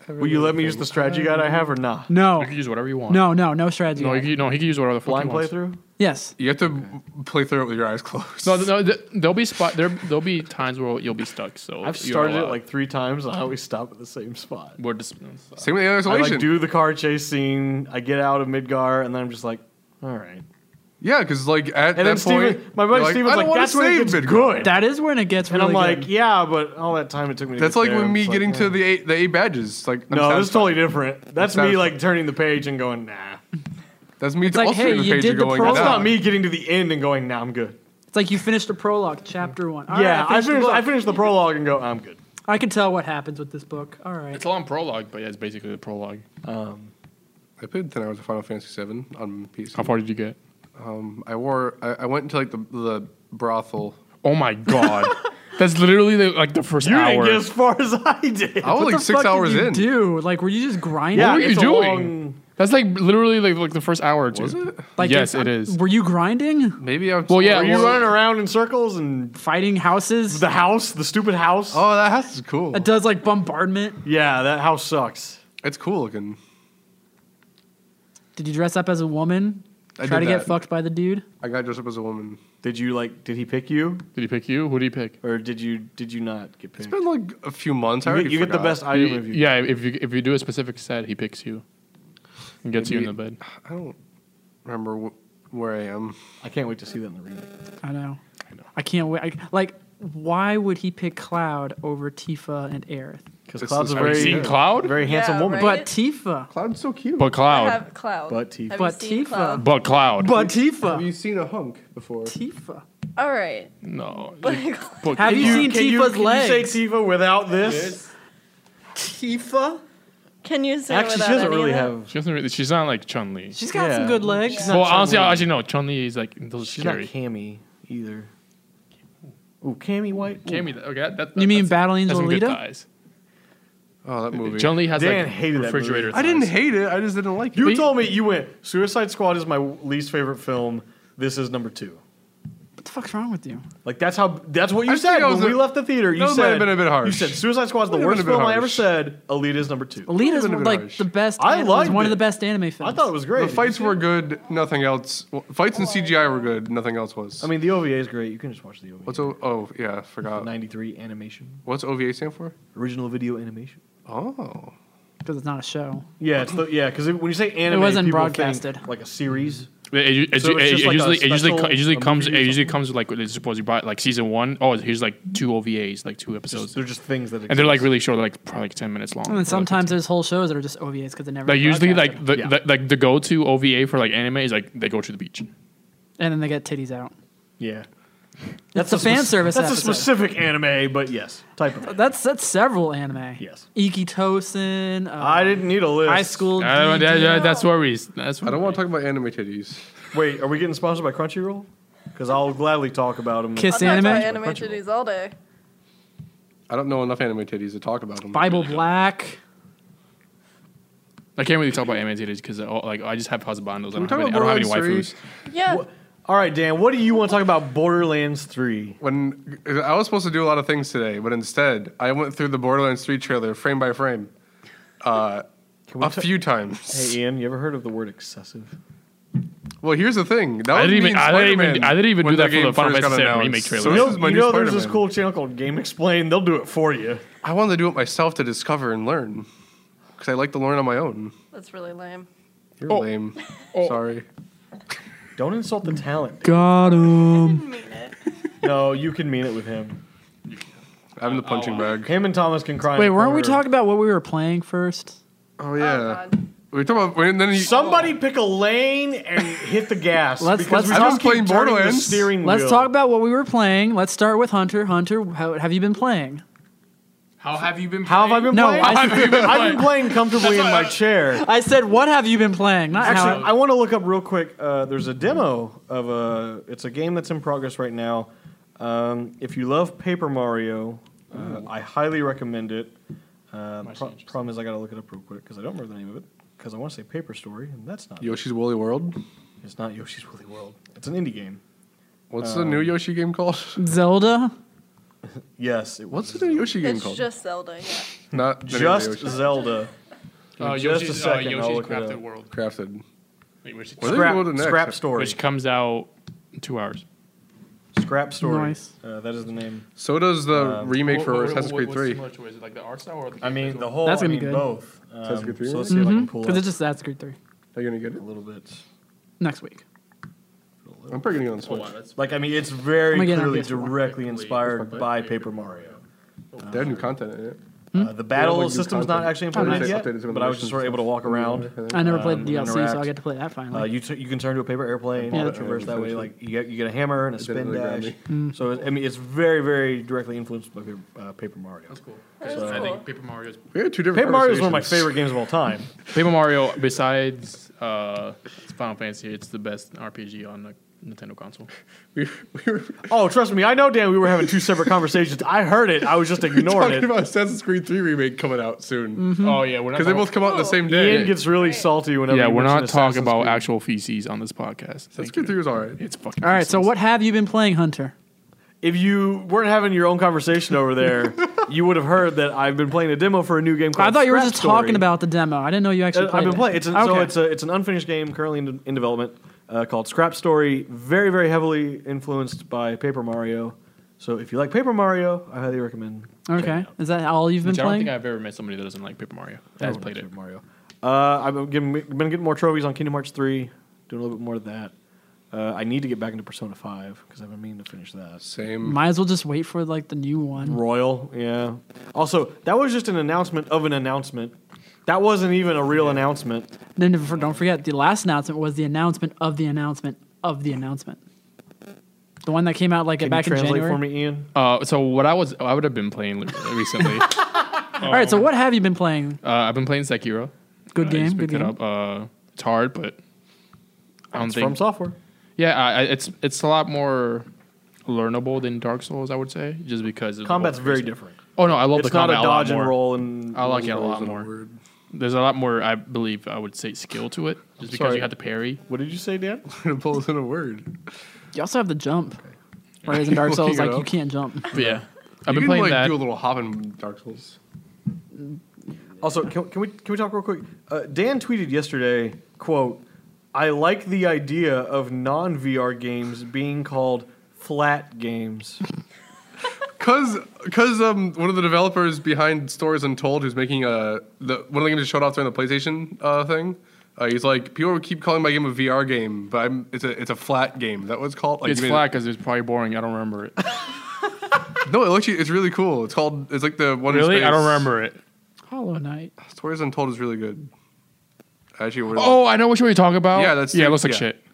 S1: Will you let me use the strategy guide I have or not?
S2: No,
S5: You can use whatever you want.
S2: no, no, no strategy.
S5: no, you can, no, he can use whatever the fuck
S1: Blind
S5: he wants.
S1: playthrough?
S2: yes.
S4: You have to play through it with your eyes closed.
S5: No, no, th- there'll be spot there. There'll be times where you'll be stuck. So
S1: I've
S5: you're
S1: started it
S5: allowed-
S1: like three times, and I always stop at the same spot.
S5: we're just
S4: Same with the
S1: I
S4: isolation.
S1: like do the car chase scene. I get out of Midgar, and then I'm just like, all right.
S4: yeah, because like
S1: And
S4: at that
S1: then
S4: point,
S1: Steven, my buddy
S4: you're
S1: Steven's
S4: I
S1: like,
S4: don't wanna
S1: that's when it
S4: save
S1: gets
S4: Midgar."
S1: good.
S2: That is when it gets
S1: and
S2: really
S1: I'm like,
S2: good.
S1: yeah, but all that time it took me to
S4: That's
S1: get
S4: like
S1: there,
S4: when
S1: I'm
S4: me
S1: just
S4: getting
S1: like,
S4: to
S1: eh.
S4: the eight, the eight badges. Like I'm
S1: No, this is
S4: satisfied.
S1: totally different. That's me
S4: satisfied.
S1: like turning the page and going, nah.
S4: That's me.
S2: like,
S4: also
S2: hey,
S4: the
S2: you
S4: page
S2: did
S4: of
S2: the
S4: going.
S2: pro-
S1: That's
S2: Nah.
S1: not me getting to the end and going, nah, I'm good.
S2: it's like you finished the prologue, chapter one. All
S1: yeah,
S2: right,
S1: I
S2: the
S1: finished.
S2: book.
S1: I finished the prologue and go, I'm good.
S2: I can tell what happens with this book. All right.
S5: It's a long prologue, but yeah, it's basically the prologue.
S4: I played ten hours of Final Fantasy Seven on PC.
S5: How far did you get?
S4: Um, I wore. I, I went into like the the brothel.
S5: Oh my god, that's literally the, like the first
S1: You
S5: hour.
S1: didn't get as far as I did.
S4: I was
S2: What
S4: like
S2: the
S4: six
S2: fuck did
S4: hours
S2: you
S4: in.
S2: Do like were you just grinding?
S1: yeah,
S5: were you
S1: it's a
S5: doing?
S1: long-
S5: That's like literally like, like the first hour or two.
S4: Was it?
S2: Like
S5: yes,
S2: it's-
S5: it is.
S2: Were you grinding?
S4: Maybe I. was-
S5: Well, yeah,
S1: Are
S5: Were
S1: you
S5: Well-
S1: running around in circles and
S2: Fighting houses
S1: the house, the stupid house?
S4: Oh, that house is cool.
S2: that does like bombardment.
S1: Yeah, that house sucks.
S4: It's cool looking.
S2: Did you dress up as a woman?
S4: I
S2: try
S4: did
S2: to get
S4: that.
S2: fucked by the dude.
S4: I got dressed up as a woman.
S1: Did you like? Did he pick you,
S5: Did he pick you? Who did he pick?
S1: or did you? Did you not get
S4: It's
S1: picked?
S4: been like a few months. I
S1: You,
S4: already
S1: get, you get the
S4: forgot.
S1: best
S5: You-
S1: item if you.
S5: yeah, if you if you do a specific set, he picks you and gets you in the bed.
S4: I don't remember wh- where I am.
S1: I can't wait to see that in the remake.
S2: I know. I know. I can't wait. I, like, why would he pick Cloud over Tifa and Aerith?
S1: Because
S4: This
S1: Cloud's
S4: is-
S1: a
S4: have you
S1: very,
S4: seen
S5: Cloud?
S1: very handsome
S3: Yeah,
S1: woman.
S3: right?
S2: But Tifa.
S4: Cloud's so cute.
S5: But
S3: I
S5: Cloud.
S3: have Cloud.
S1: But Tifa.
S3: Have
S2: But
S3: you seen
S2: Tifa.
S3: Cloud?
S5: but Cloud.
S2: But
S4: Have you
S2: Tifa.
S4: seen a hunk before?
S2: Tifa.
S3: All right.
S5: no.
S3: But
S5: But-
S2: Have you, seen
S1: can you,
S2: Tifa's
S1: can
S2: legs?
S1: you say Tifa without this?
S2: Tifa.
S3: Can you say
S1: Actually,
S3: without
S1: she doesn't
S3: any
S1: really
S3: of that?
S1: have.
S5: she doesn't really, she's not like Chun Li.
S2: She's got
S1: Yeah.
S2: some good legs.
S1: She's not
S5: Well, honestly,
S1: Chun-Li.
S5: actually no. Chun Li is like those
S1: She's
S5: scary.
S1: not Cammy either. Ooh, Cammy White. Ooh.
S5: Cammy. Okay, that, that,
S2: You mean
S5: that's-
S2: Battle Angel
S5: that's some good
S2: Alita?
S5: thighs.
S4: Oh, that movie.
S5: Chun Li has
S1: Dan
S5: like
S1: hated that movie.
S5: refrigerator.
S4: I didn't
S5: thighs.
S4: hate it. I just didn't like it.
S1: You
S5: But-
S1: told me you went. Suicide Squad is my least favorite film. This is number two.
S2: What the fuck's wrong with you?
S1: Like that's how that's what you
S4: I think
S1: said
S4: I was
S1: when we
S4: a-
S1: left the theater. You
S4: that might
S1: said
S4: have been a bit harsh.
S1: You said Suicide Squad's the
S4: Might have been
S1: worst
S4: a bit
S1: film I ever
S4: harsh.
S1: said. Elita's number two.
S2: Alita's
S4: been a bit
S2: like
S4: harsh.
S2: the best.
S1: I
S2: I
S1: liked
S2: one of
S1: it.
S2: the best anime films.
S1: I thought it was great.
S4: The fights were good. Nothing else. Well, fights and CGI were good. Nothing else was.
S1: I mean, the OVA is great. You can just watch the OVA.
S4: what's o- oh yeah, I forgot.
S1: ninety three animation?
S4: What's OVA stand for?
S1: Original video animation.
S4: Oh,
S2: because it's not a show.
S1: Yeah, it's the, yeah. Because when you say anime,
S2: wasn't
S1: people
S2: broadcasted.
S1: think like a series.
S5: It, it, it,
S1: So it's just
S5: it- it
S1: like a
S5: usually it usually co-
S1: special-
S5: it usually
S1: a
S5: comes it
S1: movie or
S5: usually
S1: something?
S5: comes with like what it's supposed to be about, like season one. Oh, here's like two OVAs, like two
S1: Just,
S5: episodes,
S1: they're just things that.
S5: and they're like
S1: exist.
S5: really short, they're, like probably like ten minutes long.
S2: And
S5: or,
S2: then
S5: like,
S2: sometimes there's whole shows that are just OVAs because they never.
S5: Like
S2: get
S5: usually, like
S2: broadcasted.
S5: the,
S1: Yeah.
S5: the like the go to OVA for like anime is like they go to the beach.
S2: and then they get titties out.
S1: yeah.
S2: That's, the
S1: a
S2: fan
S1: spec-
S2: service.
S1: That's
S2: episode.
S1: a specific anime, but yes, type of.
S2: That's that's several anime.
S1: Yes.
S2: Ikitosen. Uh,
S1: I didn't need a list.
S2: High school.
S5: Uh,
S2: DD.
S5: that- that- that's where we. That's
S4: I
S5: where
S4: don't want to talk about anime titties.
S1: Wait, are we getting sponsored by Crunchyroll? Because I'll gladly talk about them.
S2: Kiss
S3: I'll talk
S2: anime?
S3: about anime
S1: Crunchyroll.
S3: titties all day.
S4: I don't know enough anime titties to talk about them.
S2: Bible Black.
S5: I can't really talk about anime titties because like I just have husbandos. I
S4: Can we
S5: don't
S4: talk
S5: have any, I
S4: about
S5: don't have any
S4: Borderlands Three?
S5: waifus.
S3: Yeah.
S1: All right, Dan. What do you want to talk about? Borderlands Three.
S4: When I was supposed to do a lot of things today, but instead I went through the Borderlands Three trailer frame by frame, uh,
S1: Can we
S4: a
S1: ta-
S4: few times.
S1: Hey, Ian, you ever heard of the word excessive?
S4: Well, here's the thing. That
S5: I
S4: was
S5: didn't
S4: me
S5: even-
S4: and
S5: I didn't even-
S4: Spider-Man
S5: I didn't even
S4: when
S5: do that for
S4: game
S5: the Final
S4: first got
S5: Fantasy VII
S4: announced.
S5: remake trailer.
S4: So
S1: You
S4: this
S1: know,
S4: is my
S1: you
S4: new
S1: know there's this
S4: Spider-Man.
S1: cool channel called Game Explain. They'll do it for you.
S4: I wanted to do it myself to discover and learn because I like to learn on my own.
S3: That's really lame.
S4: You're
S5: Oh.
S4: lame. Sorry.
S1: Don't insult the talent.
S2: Got him.
S3: Didn't mean it.
S1: no, you can mean it with him.
S4: I'm
S3: Oh.
S4: the punching bag.
S1: Him and Thomas can cry. in
S2: Wait,
S1: the
S2: weren't we
S1: corner.
S2: talking about what we were playing first?
S4: Oh
S3: Oh,
S4: yeah.
S3: God.
S4: we were talking about and then he,
S1: Somebody pick a lane and hit the gas.
S2: Let's-
S1: because
S2: let's
S1: we
S2: talk-
S1: just keep
S4: I'm playing
S1: turning the
S4: Borderlands.
S1: steering
S2: Let's
S1: wheel.
S2: talk about what we were playing. Let's start with Hunter. Hunter, how have you been playing?
S5: How have you been?
S1: How have I been
S2: No,
S1: playing?
S2: I- How
S1: I've, been playing comfortably in
S5: That's
S1: my
S5: what I-
S1: chair.
S2: I said, what have you been playing? Not
S1: Actually,
S2: Actually,
S1: I want to look up real quick. Uh, there's a demo of a. It's a game that's in progress right now. Um, if you love Paper Mario, uh, I highly recommend it. Uh, the pro- problem is I got to look it up real quick because I don't remember the name of it. Because I want to say Paper Story, and that's not.
S4: Yoshi's Woolly World.
S1: It's not Yoshi's Woolly World. It's an indie game.
S4: What's
S1: Uh,
S4: the new Yoshi game called?
S2: Zelda.
S1: Yes. It
S4: What's
S1: was
S4: the new Yoshi game
S3: It's
S4: called?
S3: just Zelda. Yeah.
S4: Not the new
S1: just
S4: Yoshi.
S1: Zelda?
S5: Uh,
S1: Just
S5: Yoshi's,
S1: a second,
S5: uh,
S1: I'll
S5: Yoshi's
S1: look it
S5: Crafted
S1: up.
S5: World,
S4: crafted.
S5: Wait, which,
S4: What? go to
S1: Scrap,
S4: next?
S1: scrap Story.
S5: which comes out in two hours.
S1: Scrap Story.
S2: Nice.
S1: Uh, that is the name.
S4: So does the
S1: Uh,
S4: remake
S5: What-
S4: for
S5: what-
S4: Assassin's
S5: what-
S4: Creed
S5: what's
S4: 3.
S5: similar to it? Is it like the art style or the
S1: I mean the whole.
S2: That's gonna
S1: I
S2: be
S1: mean
S2: good.
S1: both.
S4: Sounds good
S1: Um,
S4: to you,
S1: so let's see
S4: right?
S1: if I
S2: Because
S1: can pull up
S2: it's Mm-hmm. just that's Creed 3
S4: Are you gonna get
S1: a
S4: it?
S1: little bit.
S2: next week.
S4: I'm probably gonna get it on Switch.
S1: Like I mean, it's very
S2: I'm gonna get it on
S1: clearly
S2: PS4.
S1: directly inspired by Paper Mario.
S4: they have new content in it.
S2: Hmm?
S1: Uh, the battle
S4: Yeah, like new
S1: system's not
S4: content.
S1: actually
S4: Oh,
S1: implemented
S4: nice.
S1: yet,
S4: Updated to
S1: but I was just sort of able to walk around.
S2: I never
S1: Um,
S2: played the DLC, so
S1: interact.
S2: I get to play that
S1: Uh,
S2: finally.
S1: you t- you can turn to a paper airplane,
S2: Yeah.
S1: yeah, traverse that way. Like you get you get a hammer and a
S4: didn't
S1: spin
S4: really grab
S1: dash.
S2: Hmm.
S1: So it, I mean, it's very very directly influenced by Paper, uh, paper Mario.
S5: cool.
S3: That is
S5: I
S3: cool.
S5: think Paper Mario's
S4: We had two different
S1: Paper Mario is one of my
S4: conversations.
S1: favorite games of all time.
S5: Paper Mario, besides uh, Final Fantasy, it's the best RPG on the Nintendo console.
S4: We, we were
S1: Oh, trust me, I know Dan. We were having two separate conversations. I heard it. I was just ignoring
S4: talking
S1: it.
S4: about Assassin's Creed 3 remake coming out
S1: Mm.
S4: soon.
S5: Oh yeah, we're not.
S4: Because they both come out on the same day.
S1: Ian gets really salty whenever.
S5: yeah,
S1: you
S5: we're
S1: mention
S5: not talking
S1: Assassin's
S5: about
S1: Creed.
S5: actual feces on this podcast.
S4: Assassin's
S5: Thank
S4: Creed 3
S5: you.
S4: was alright.
S5: It's fucking.
S2: All right, so
S5: feces.
S2: what have you been playing, Hunter?
S1: if you weren't having your own conversation over there, you would have heard that I've been playing a demo for a new game called.
S2: I thought you were
S1: Scrap
S2: just
S1: Story.
S2: talking about the demo. I didn't know you
S1: Uh,
S2: actually
S1: I've
S2: played
S1: been
S2: it.
S1: playing. It's an, so
S2: Okay.
S1: it's a it's an unfinished game currently in, in development uh, called Scrap Story. Very very heavily influenced by Paper Mario. So if you like Paper Mario, I highly recommend.
S2: Okay. Is that all you've been
S5: Which I don't
S2: playing?
S5: think I've ever met somebody that doesn't like Paper Mario. That has played it.
S1: Paper Mario. Uh, I've been getting, been getting more trophies on Kingdom Hearts three. Doing a little bit more of that. Uh, I need to get back into Persona five because I've been meaning to finish that.
S4: Same.
S2: Might as well just wait for like the new one.
S1: Royal, yeah. Also, that was just an announcement of an announcement. That wasn't even a real announcement.
S2: Then never- don't forget the last announcement was the announcement of the announcement of the announcement. The one that came out like
S1: Can
S2: back
S1: you
S2: in
S1: translate
S2: January.
S1: for me, Ian?
S5: Uh, so what I was, I would have been playing li- recently. uh,
S2: All right, so what have you been playing?
S5: I've been playing Sekiro.
S2: Good
S5: I
S2: game.
S5: just
S2: Good
S5: picked
S2: game.
S5: it up. Uh, it's hard, but I don't
S1: It's
S5: think
S1: from software.
S5: Yeah, I, I- it's it's a lot more learnable than Dark Souls, I would say, just because of the
S1: Combat's
S5: whole-
S1: very different.
S5: Oh no, I love
S1: It's
S5: the
S1: not a
S5: combat lot
S1: dodge and
S5: more.
S1: roll. And
S5: I like it a lot
S4: Wasn't
S5: more.
S4: word.
S5: There's a lot more, I believe, I would say, skill to it, just because
S4: Sorry.
S5: you have to parry.
S1: what did you say, Dan?
S4: Pull in a word.
S2: You also have the jump. Whereas in Dark Souls,
S4: Looking it
S2: like you
S4: up.
S2: can't jump.
S5: But
S4: You
S5: yeah, I've been
S4: can,
S5: playing
S4: like,
S5: that.
S4: Do a little hop in Dark Souls.
S1: Also, can, can we can we talk real quick? Uh, Dan tweeted yesterday, "quote I like the idea of non VR games being called flat games."
S4: Cause, cause um, one of the developers behind Stories Untold, who's making uh the one of the games that showed off during the PlayStation uh, thing, uh, he's like, people keep calling my game a VR game, but I'm, it's a it's a flat game. Is That was called. Like,
S5: it's
S4: you made
S5: flat because it's probably boring. I don't remember it.
S4: It, no, it looks it's really cool. It's called. It's like the one. in
S5: really,
S4: space.
S5: I don't remember it.
S2: Hollow Knight.
S4: Stories Untold is really good. I Actually, ordered
S5: Oh, I know which one you're talking about.
S4: Yeah, that's
S5: yeah. It
S4: the-
S5: looks like
S4: yeah.
S5: shit.
S4: it.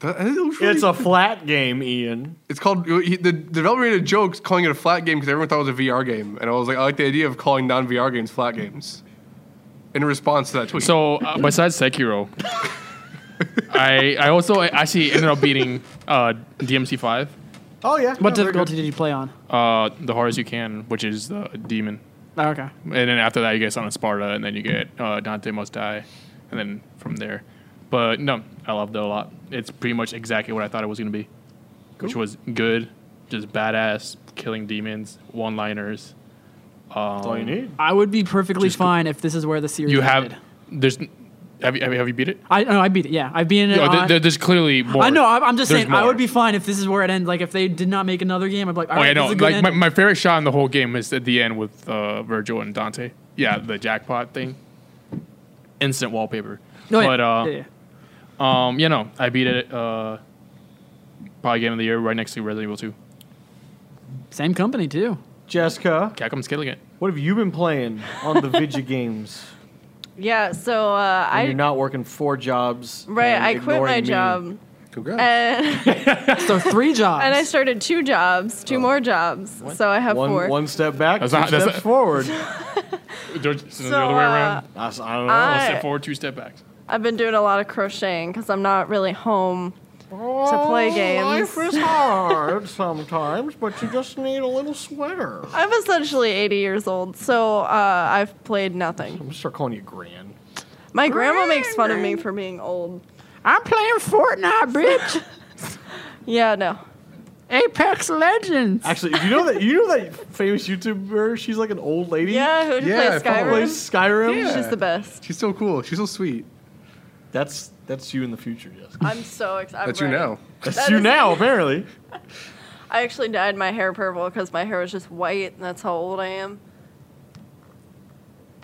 S4: That- it looks really
S1: it's a flat game, Ian.
S4: It's called he, the developer made a joke calling it a flat game because everyone thought it was a VR game, and I was like, I like the idea of calling non VR games flat games. In response to that tweet,
S5: So uh, besides Sekiro, I I also actually ended up beating uh, DMC five,
S1: Oh yeah.
S2: What
S1: no, very
S2: difficulty
S1: good.
S2: did you play on?
S5: uh, the hard as you can, which is the demon,
S2: Oh, okay.
S5: and then after that you get on Sparta, and then you get uh, Dante Must Die, and then from there. But no, I loved it a lot. It's pretty much exactly what I thought it was gonna be, which was good, just badass killing demons, one liners.
S1: That's all you need.
S2: I would be perfectly
S5: Just go-
S2: fine if this is where the series.
S5: You have
S2: ended.
S5: there's n- have you have you, have you beat it?
S2: I no, I beat it. Yeah, I've beaten it.
S5: No,
S2: on,
S5: there- there- there's clearly more.
S2: I know. I'm, I'm just
S5: There's
S2: saying. I
S5: more.
S2: would be fine if this is where it ends. Like if they did not make another game, I'd be like, all
S5: Oh,
S2: right,
S5: yeah, no.
S2: this is a good
S5: Like my,
S2: ending.
S5: my favorite shot in the whole game is at the end with uh, Virgil and Dante.
S2: Mm-hmm.
S5: Yeah, the jackpot thing. Instant wallpaper.
S2: No, Oh, yeah,
S5: but uh,
S2: yeah, yeah.
S5: um, you know, I beat it. Uh, probably game of the year, right next to Resident Evil Two.
S2: same company too.
S1: Jessica,
S5: Capcom's killing it.
S1: what have you been playing on the Vidya games?
S3: Yeah, so uh,
S1: When
S3: I
S1: you're not working four jobs.
S3: right,
S1: and
S3: I quit
S1: ignoring
S3: my
S1: me.
S3: job
S4: congrats.
S3: and,
S2: So three jobs.
S3: and I started two jobs, two more jobs. So I have
S1: Oh. One,
S3: four.
S1: one step back,
S5: That's
S1: two
S5: not- that's
S1: steps
S5: not-
S1: forward.
S5: George, so,
S3: So,
S5: the other way
S3: uh,
S5: around.
S1: That's- I don't know.
S5: One
S3: I-
S5: step forward, two step back.
S3: I've been doing a lot of crocheting because I'm not really home to play games.
S1: Life is hard sometimes, but you just need a little sweater.
S3: I'm essentially 80 years old, so uh, I've played nothing.
S1: I'm gonna start calling you Gran.
S3: My grandma makes fun of me for being old.
S2: I'm playing Fortnite, bitch.
S3: Yeah, no.
S2: Apex Legends.
S1: Actually, if you know that you know that famous YouTuber, she's like an old lady.
S3: Yeah, who
S4: Yeah,
S3: plays
S4: I
S1: Who
S4: follow.
S3: Skyrim?
S1: plays Skyrim.
S4: Yeah.
S3: She's the best.
S4: She's so cool. She's so sweet.
S1: That's that's you in the future, yes.
S3: I'm so excited.
S4: That's you now.
S1: That's
S3: Uh, That
S1: you
S3: is-
S1: now, apparently.
S3: I actually dyed my hair purple because my hair was just white, and that's how old I am.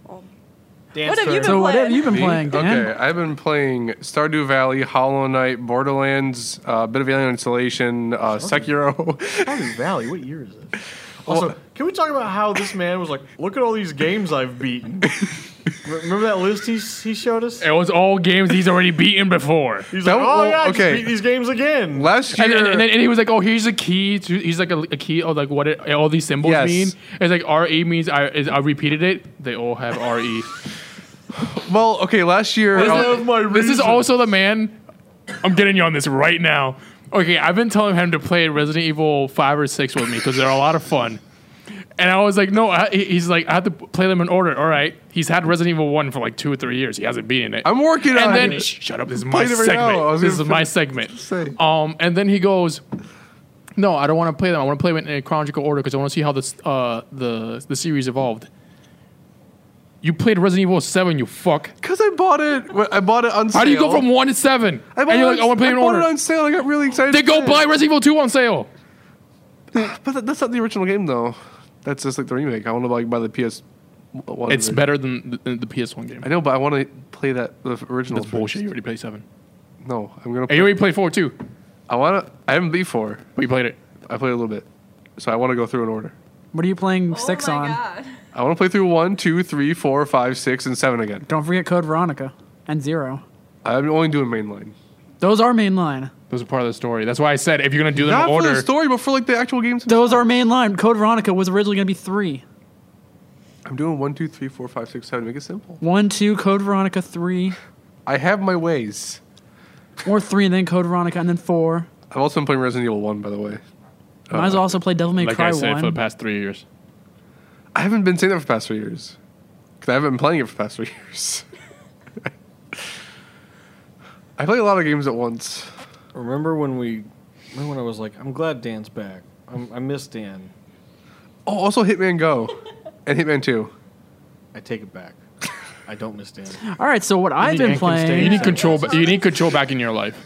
S3: What have you been
S2: so what have
S3: playing.
S2: you been playing, Dan?
S4: Okay, I've been playing Stardew Valley, Hollow Knight, Borderlands, a bit of Alien Installation, uh, Sekiro.
S1: Stardew Valley, what year is it? Also, can we talk about how this man was like, look at all these games I've beaten? Re- Remember that list he, s- he showed us?
S5: It was all games he's already beaten before.
S1: He's
S4: That
S1: like, oh
S4: w-
S1: yeah, I just
S4: okay.
S1: beat these games again.
S4: Last year,
S5: And, and, and, then- and he was like, "Oh, here's a key to." He's like a, a key of like what it, all these symbols
S4: Yes.
S5: mean. It's like R E means I, is, I repeated it. They all have R E.
S4: well, okay, last year.
S1: This
S4: uh,
S1: is my
S5: This is
S1: reason.
S5: also the man. I'm getting you on this right now. Okay, I've been telling him to play Resident Evil five or six with me because they're a lot of fun. And I was like, no. I, he- he's like, I have to play them in order. All right. He's had Resident Evil one for like two or three years. He hasn't beaten it.
S4: I'm working
S5: and
S4: on
S5: then
S4: it.
S5: Shh, shut up. This is my
S4: it right
S5: segment.
S4: now. I was
S5: this
S4: gonna
S5: is my
S4: finish-
S5: segment.
S4: say.
S5: Um, and then he goes, "No, I don't want to play them. I want to play them in a chronological order because I want to see how this uh, the the series evolved." You played Resident Evil Seven, you fuck.
S4: Because I bought it. I bought it on sale.
S5: How do you go from one to seven?
S4: I
S5: And
S4: bought,
S5: you're
S4: it,
S5: like, I
S4: on,
S5: want to play
S4: I
S5: them in
S4: bought
S5: order.
S4: it on sale. I got really excited.
S5: They
S4: to
S5: go
S4: play it.
S5: buy Resident Evil Two on sale.
S4: But that, that's not the original game though. That's just like the remake. I want to like buy the PS. One
S5: It's
S4: version.
S5: better than the, than the PS1 game.
S4: I know, but I want to play that the original.
S5: That's bullshit. You
S4: first.
S5: already played seven.
S4: No, I'm gonna.
S5: And
S4: Play,
S5: you already played four too.
S4: I want to. I haven't beat four.
S5: But you played it.
S4: I played a little bit, so I want to go through in order.
S2: What are you playing six
S3: oh my
S2: on?
S3: God.
S4: I want to play through one, two, three, four, five, six, and seven again.
S2: Don't forget Code Veronica and Zero.
S4: I'm only doing mainline.
S2: Those are mainline.
S5: Those are part of the story. That's why I said if you're gonna do them
S4: Not
S5: in
S4: for
S5: order,
S4: the story, but for like the actual games.
S2: Those are mainline. Code Veronica was originally going to be three.
S4: I'm doing one, two, three, four, five, six, seven. Make it simple.
S2: One, two, Code Veronica, three,
S4: I have my ways.
S2: or three, and then Code Veronica, and then four.
S4: I've also been playing Resident Evil One, by the way.
S2: Might as well also play Devil May
S5: Uh, like
S2: Cry
S5: I said
S2: one.
S5: for the past three years.
S4: I haven't been saying that for the past three years. Because I haven't been playing it for the past three years. I play a lot of games at once.
S1: Remember when we remember when I was like, I'm glad Dan's back. I'm, I miss Dan.
S4: Oh, also Hitman Go and Hitman 2.
S1: I take it back. I don't miss Dan.
S2: All right, so what I've
S1: need
S2: been
S1: Ankh and Stain.
S5: You
S2: playing,
S5: need control. ba- You need control back in your life.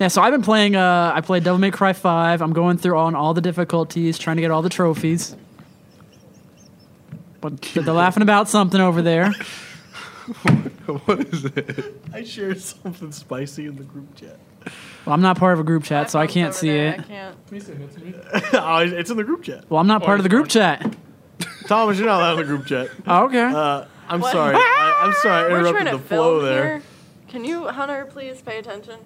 S2: yeah, so I've been playing. Uh, I played Devil May Cry Five. I'm going through on all the difficulties, trying to get all the trophies. But they're laughing about something over there.
S4: what is it?
S1: I shared something spicy in the group chat.
S2: Well, I'm not part of a group chat, so I
S3: iPhone's
S2: can't
S3: over
S2: see
S3: there,
S2: it.
S3: I can't.
S1: oh, it's in the group chat.
S2: Well, I'm not
S5: Oh,
S2: part of the group
S5: it's fine.
S2: chat.
S1: Thomas, you're not allowed in the group chat.
S2: Oh, okay.
S1: Uh, I'm
S3: What?
S1: sorry. I, I'm sorry. I
S3: We're trying
S1: interrupted
S3: to
S1: the flow
S3: film
S1: there.
S3: here. Can you, Hunter, please pay attention?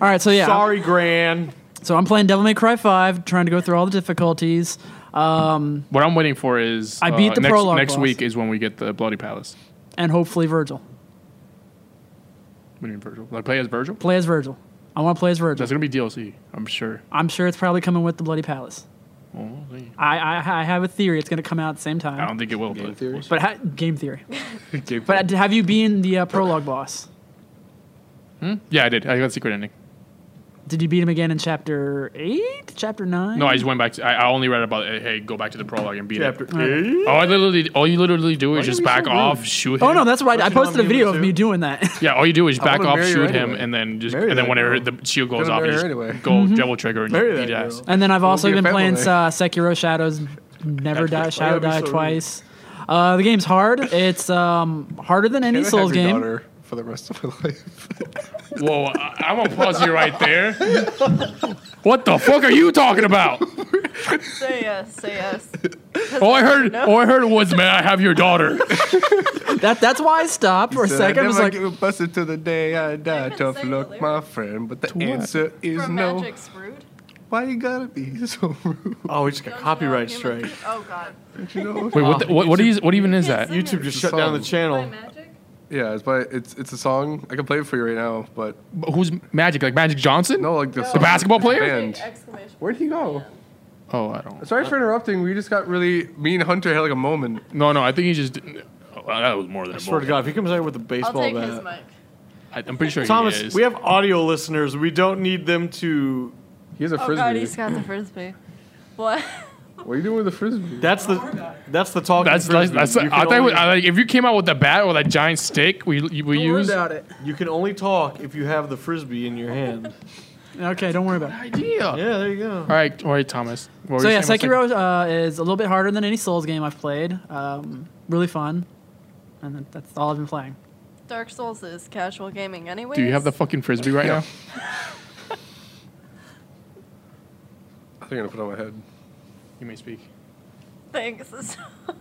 S2: all right, so yeah,
S1: Sorry, Gran.
S2: so I'm playing Devil May Cry Five, trying to go through all the difficulties. Um,
S5: What I'm waiting for is uh,
S2: I beat the
S5: next,
S2: prologue
S5: Next
S2: boss.
S5: week is when we get the Bloody Palace.
S2: and hopefully Virgil.
S5: We need Virgil. Like play as Virgil.
S2: Play as Virgil. I want to play as Virgil.
S5: That's gonna be DLC. I'm sure.
S2: I'm sure it's probably coming with the Bloody Palace.
S5: Well, Oh. we'll see.
S2: I I, I have a theory it's going to come out at the same time.
S5: I don't think it will.
S1: Game
S5: But
S1: theory?
S5: we'll see.
S2: But ha- game theory.
S4: Gabe,
S2: But have you been the uh, prologue boss?
S5: Hmm? yeah, I did. I got secret ending.
S2: Did you beat him again in chapter eight? Chapter nine?
S5: No, I just went back. To, I, I only read about it. hey, go back to the prologue and beat
S1: Chapter
S5: it.
S1: eight.
S5: All I literally, all you literally do is
S1: you
S5: just
S1: be
S5: back
S1: so
S5: off,
S1: rude?
S5: shoot him.
S2: Oh no, that's right. I
S1: Don't you want
S2: posted a
S1: me to
S2: video of
S1: too?
S2: me doing that.
S5: Yeah, all you do is back
S1: wanna
S5: off,
S1: marry her
S5: shoot him,
S1: anyway.
S5: and then just
S1: Marry
S5: and then
S1: that
S5: whenever
S1: girl.
S5: the shield goes
S4: Gonna
S5: off, you
S4: marry
S5: just
S4: her anyway.
S5: go double trigger and
S1: Mm-hmm. Marry
S5: beat
S1: that
S5: ass.
S1: girl.
S2: And then I've
S4: Won't
S2: also
S4: be a
S2: been
S4: family.
S2: playing uh, Sekiro Shadows Never Die
S5: That's
S2: Shadow
S1: why
S2: Die
S1: that'd be so rude.
S2: twice. Uh, the game's hard. It's um, harder than any
S4: Can I
S2: Souls
S4: have your
S2: game.
S4: daughter for the rest of my life.
S5: Whoa, I, I'm gonna pause you right there. what the fuck are you talking about?
S3: Say yes, say yes.
S5: All I heard, all I heard was, "May I have your daughter?"
S2: That that's why I stopped for a
S4: Said,
S2: second. I was
S4: never
S2: like,
S4: give a busted to the day I die.
S3: even
S4: Tough
S3: sang the
S4: luck,
S3: lyrics.
S4: my friend, but the
S5: what?
S4: answer is
S3: From
S4: no.
S3: Magic's rude.
S4: Why you gotta be so rude?
S1: Oh, we just got
S3: Don't you know
S1: copyright
S3: human-
S1: strike.
S3: Oh God.
S4: You know?
S5: Wait, what? The, what, what, is, what even is
S3: Yes.
S5: that?
S3: You-
S1: YouTube just
S4: It's a
S1: shut down the
S3: By
S4: song.
S1: channel.
S3: magic.
S4: Yeah, it's by it's it's a song. I can play it for you right now, but
S5: Who's Magic? Like Magic Johnson?
S4: no, like the
S3: No.
S4: song.
S5: The basketball player?
S4: Band.
S3: Exclamation.
S4: Where'd he go?
S5: Oh, I don't.
S4: Sorry
S2: Uh,
S4: for interrupting. We just got really me and Hunter had like a moment.
S5: No, no, I think he just. didn't- Oh, that was more than.
S1: I swear to God, if he comes out with a
S3: I'll
S1: baseball
S3: take his
S1: bat.
S3: mic.
S5: I'm pretty sure he
S1: Thomas,
S5: is.
S1: we have audio listeners. We don't need them to.
S4: He has a
S3: Oh
S4: frisbee.
S3: God, he's got the frisbee. What?
S4: What are you doing with the frisbee?
S1: That's the. That's the talking.
S5: That's, that's,
S1: frisbee.
S5: that's
S1: you, can
S5: I thought
S1: only,
S5: I, like, if you came out with that bat or that giant stick we we
S2: don't worry
S5: use.
S2: about it.
S1: you can only talk if you have the frisbee in your hand.
S2: Okay, don't worry about it.
S5: Idea.
S1: yeah, there you go.
S5: All right, all right, Thomas. What were
S2: So
S5: you
S2: yeah,
S5: saying?
S2: Sekiro uh, is a little bit harder than any Souls game I've played. Um, really fun, and that- that's all I've been playing.
S3: Dark Souls is casual gaming anyway.
S5: Do you have the fucking frisbee right now?
S4: I think I'm gonna put it on my head.
S5: You may speak.
S3: Thanks.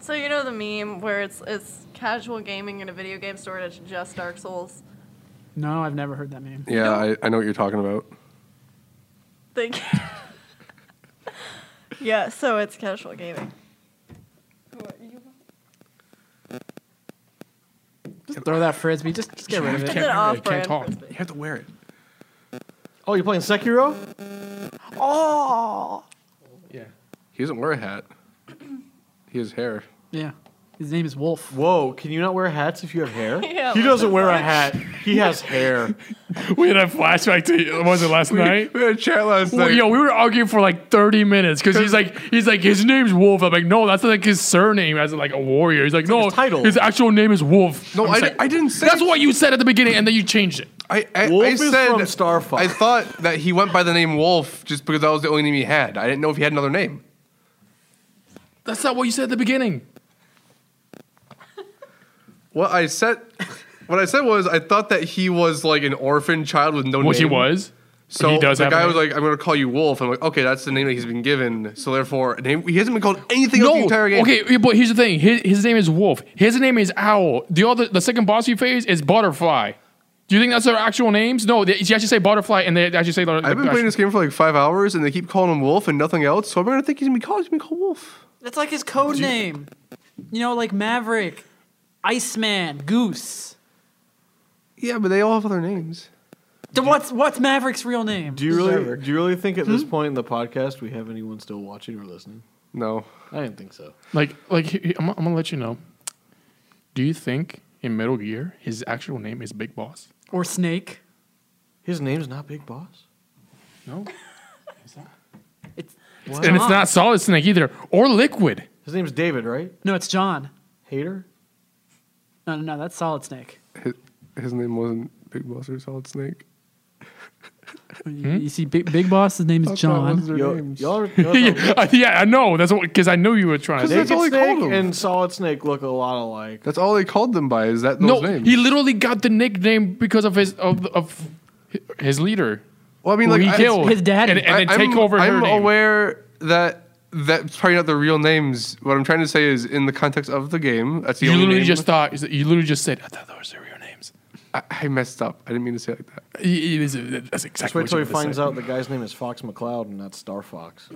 S3: so you know the meme where it's it's casual gaming in a video game store and it's just Dark Souls.
S2: No, I've never heard that name.
S4: Yeah, I, I know what you're talking about.
S3: Thank you. yeah, so it's casual gaming.
S2: Just throw that frisbee. Just just get rid of it.
S3: It's
S5: Can't,
S3: an
S5: remember,
S3: off-brand
S5: can't talk.
S3: frisbee.
S4: You have to wear it.
S1: Oh, you playing Sekiro?
S2: Oh.
S5: Yeah.
S4: He doesn't wear a hat. He has hair.
S2: Yeah. His name is Wolf.
S1: Whoa! Can you not wear hats if you have hair?
S3: Yeah,
S1: he
S3: what
S1: doesn't wear a hat. He has hair.
S5: We had a flashback to was it last night?
S4: We had a chat last
S5: Well,
S4: night.
S5: yo, we were arguing for like thirty minutes because he's like, he's like, his name's Wolf. I'm like, no, that's like his surname as like a warrior. He's like, no,
S1: his title.
S5: his actual name is Wolf.
S4: no,
S5: I'm
S4: I,
S5: just
S4: di-
S5: like,
S4: I didn't say.
S5: That's what you said at the beginning, and then you changed it.
S4: I, I,
S1: Wolf
S4: I
S1: is
S4: said
S1: from Star Fox.
S4: I thought that he went by the name Wolf just because that was the only name he had. I didn't know if he had another name.
S5: That's not what you said at the beginning.
S4: What I said, what I said was I thought that he was like an orphan child with no name.
S5: Which he was.
S4: So
S5: he does
S4: the
S5: have a
S4: guy
S5: name.
S4: was like, "I'm going to call you Wolf." I'm like, "Okay, that's the name that he's been given." So therefore, a name, he hasn't been called anything else the entire game.
S5: Okay, but here's the thing. His, his name is Wolf. His name is Owl. The other, the second boss you face is Butterfly. Do you think that's their actual names? No, they, she actually say Butterfly, and they actually say.
S4: I've been playing this game for like five hours, and they keep calling him Wolf and nothing else. So I'm going to think he's going to be called. He's going to be called Wolf.
S2: That's like his code name. You know, like Maverick, Iceman, Goose.
S4: Yeah, but they all have other names.
S2: Then What's what's Maverick's real name?
S1: Do you really? Do you really think at this point in the podcast we have anyone still watching or listening?
S4: No,
S1: I didn't think so.
S5: Like, like he- he- I'm, gonna- I'm gonna let you know. Do you think in Metal Gear his actual name is Big Boss?
S2: Or Snake?
S1: His name's not Big Boss.
S5: No.
S2: It's
S5: and it's not solid snake either, or liquid.
S1: His name's David, right?
S2: no, it's John.
S1: Hater.
S2: No, no, no, that's Solid Snake.
S4: His, his name wasn't Big Boss or Solid Snake.
S2: You, you see, Big, Big Boss. His name
S4: I
S2: is
S4: thought
S2: John.
S4: those were
S1: Yo,
S4: names.
S1: y'all are,
S5: yeah, I- yeah, I know. That's because I knew you were trying.
S4: 'Cause
S5: to
S4: that's all
S1: Naked
S4: they
S1: Snake
S4: called him.
S1: and Solid Snake look a lot alike.
S4: That's all they called them by. Is that
S5: No,
S4: those names?
S5: he literally got the nickname because of his of of his leader.
S4: well, I mean,
S5: who
S4: like
S5: he
S4: I-
S5: killed
S2: his daddy.
S5: and, and then
S4: I-
S5: take
S4: I'm,
S5: over her
S4: I'm
S5: name.
S4: aware that that's probably not the real names. What I'm trying to say is, in the context of the game, that's the
S5: You
S4: only
S5: literally
S4: name.
S5: just thought. You literally just said. I thought those were your names.
S4: I, I messed up. I didn't mean to say it like that.
S5: Y- y- that's- That's exactly.
S1: Just wait
S5: what
S1: till
S5: you
S1: he
S5: were
S1: finds
S5: saying.
S1: out the guy's name is Fox McCloud and not Star Fox.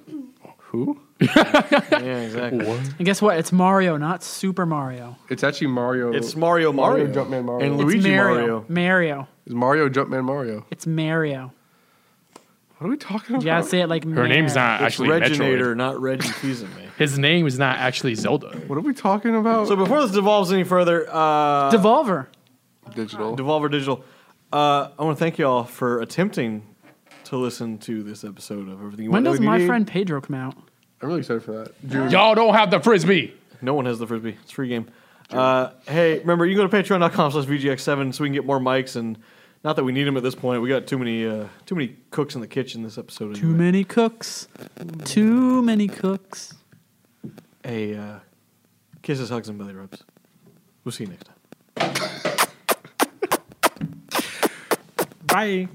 S4: Who?
S1: yeah, exactly.
S2: And guess what? It's Mario, not Super Mario.
S4: It's actually Mario.
S1: It's Mario Mario,
S4: Jumpman Mario.
S1: and
S4: It's
S1: Luigi
S2: it's Mario.
S1: Mario.
S2: Mario.
S4: It's Mario Jumpman Mario.
S2: It's Mario.
S4: What are we talking about?
S2: You gotta say it like
S5: Her name's
S2: Mario.
S5: not actually
S1: Reginator,
S5: Metroid.
S1: not Reggie Fils-Aimé.
S5: His name is not actually Zelda.
S4: What are we talking about?
S1: So before this devolves any further, uh,
S2: Devolver.
S4: Digital.
S1: Devolver Digital, uh, I want to thank you all for attempting to listen to this episode of Everything You
S2: When
S1: Want
S2: does
S1: LED.
S2: my friend Pedro come out?
S4: I'm really excited for that. June.
S5: Y'all don't have the frisbee.
S1: No one has the frisbee. It's a free game. Uh, hey, remember you can go to patreon.com slash VGX7 so we can get more mics and not that we need them at this point. We got too many uh, too many cooks in the kitchen this episode.
S2: Too
S1: anyway.
S2: many cooks. Too many cooks.
S1: Hey, uh, kisses, hugs, and belly rubs. We'll see you next time.
S2: Bye.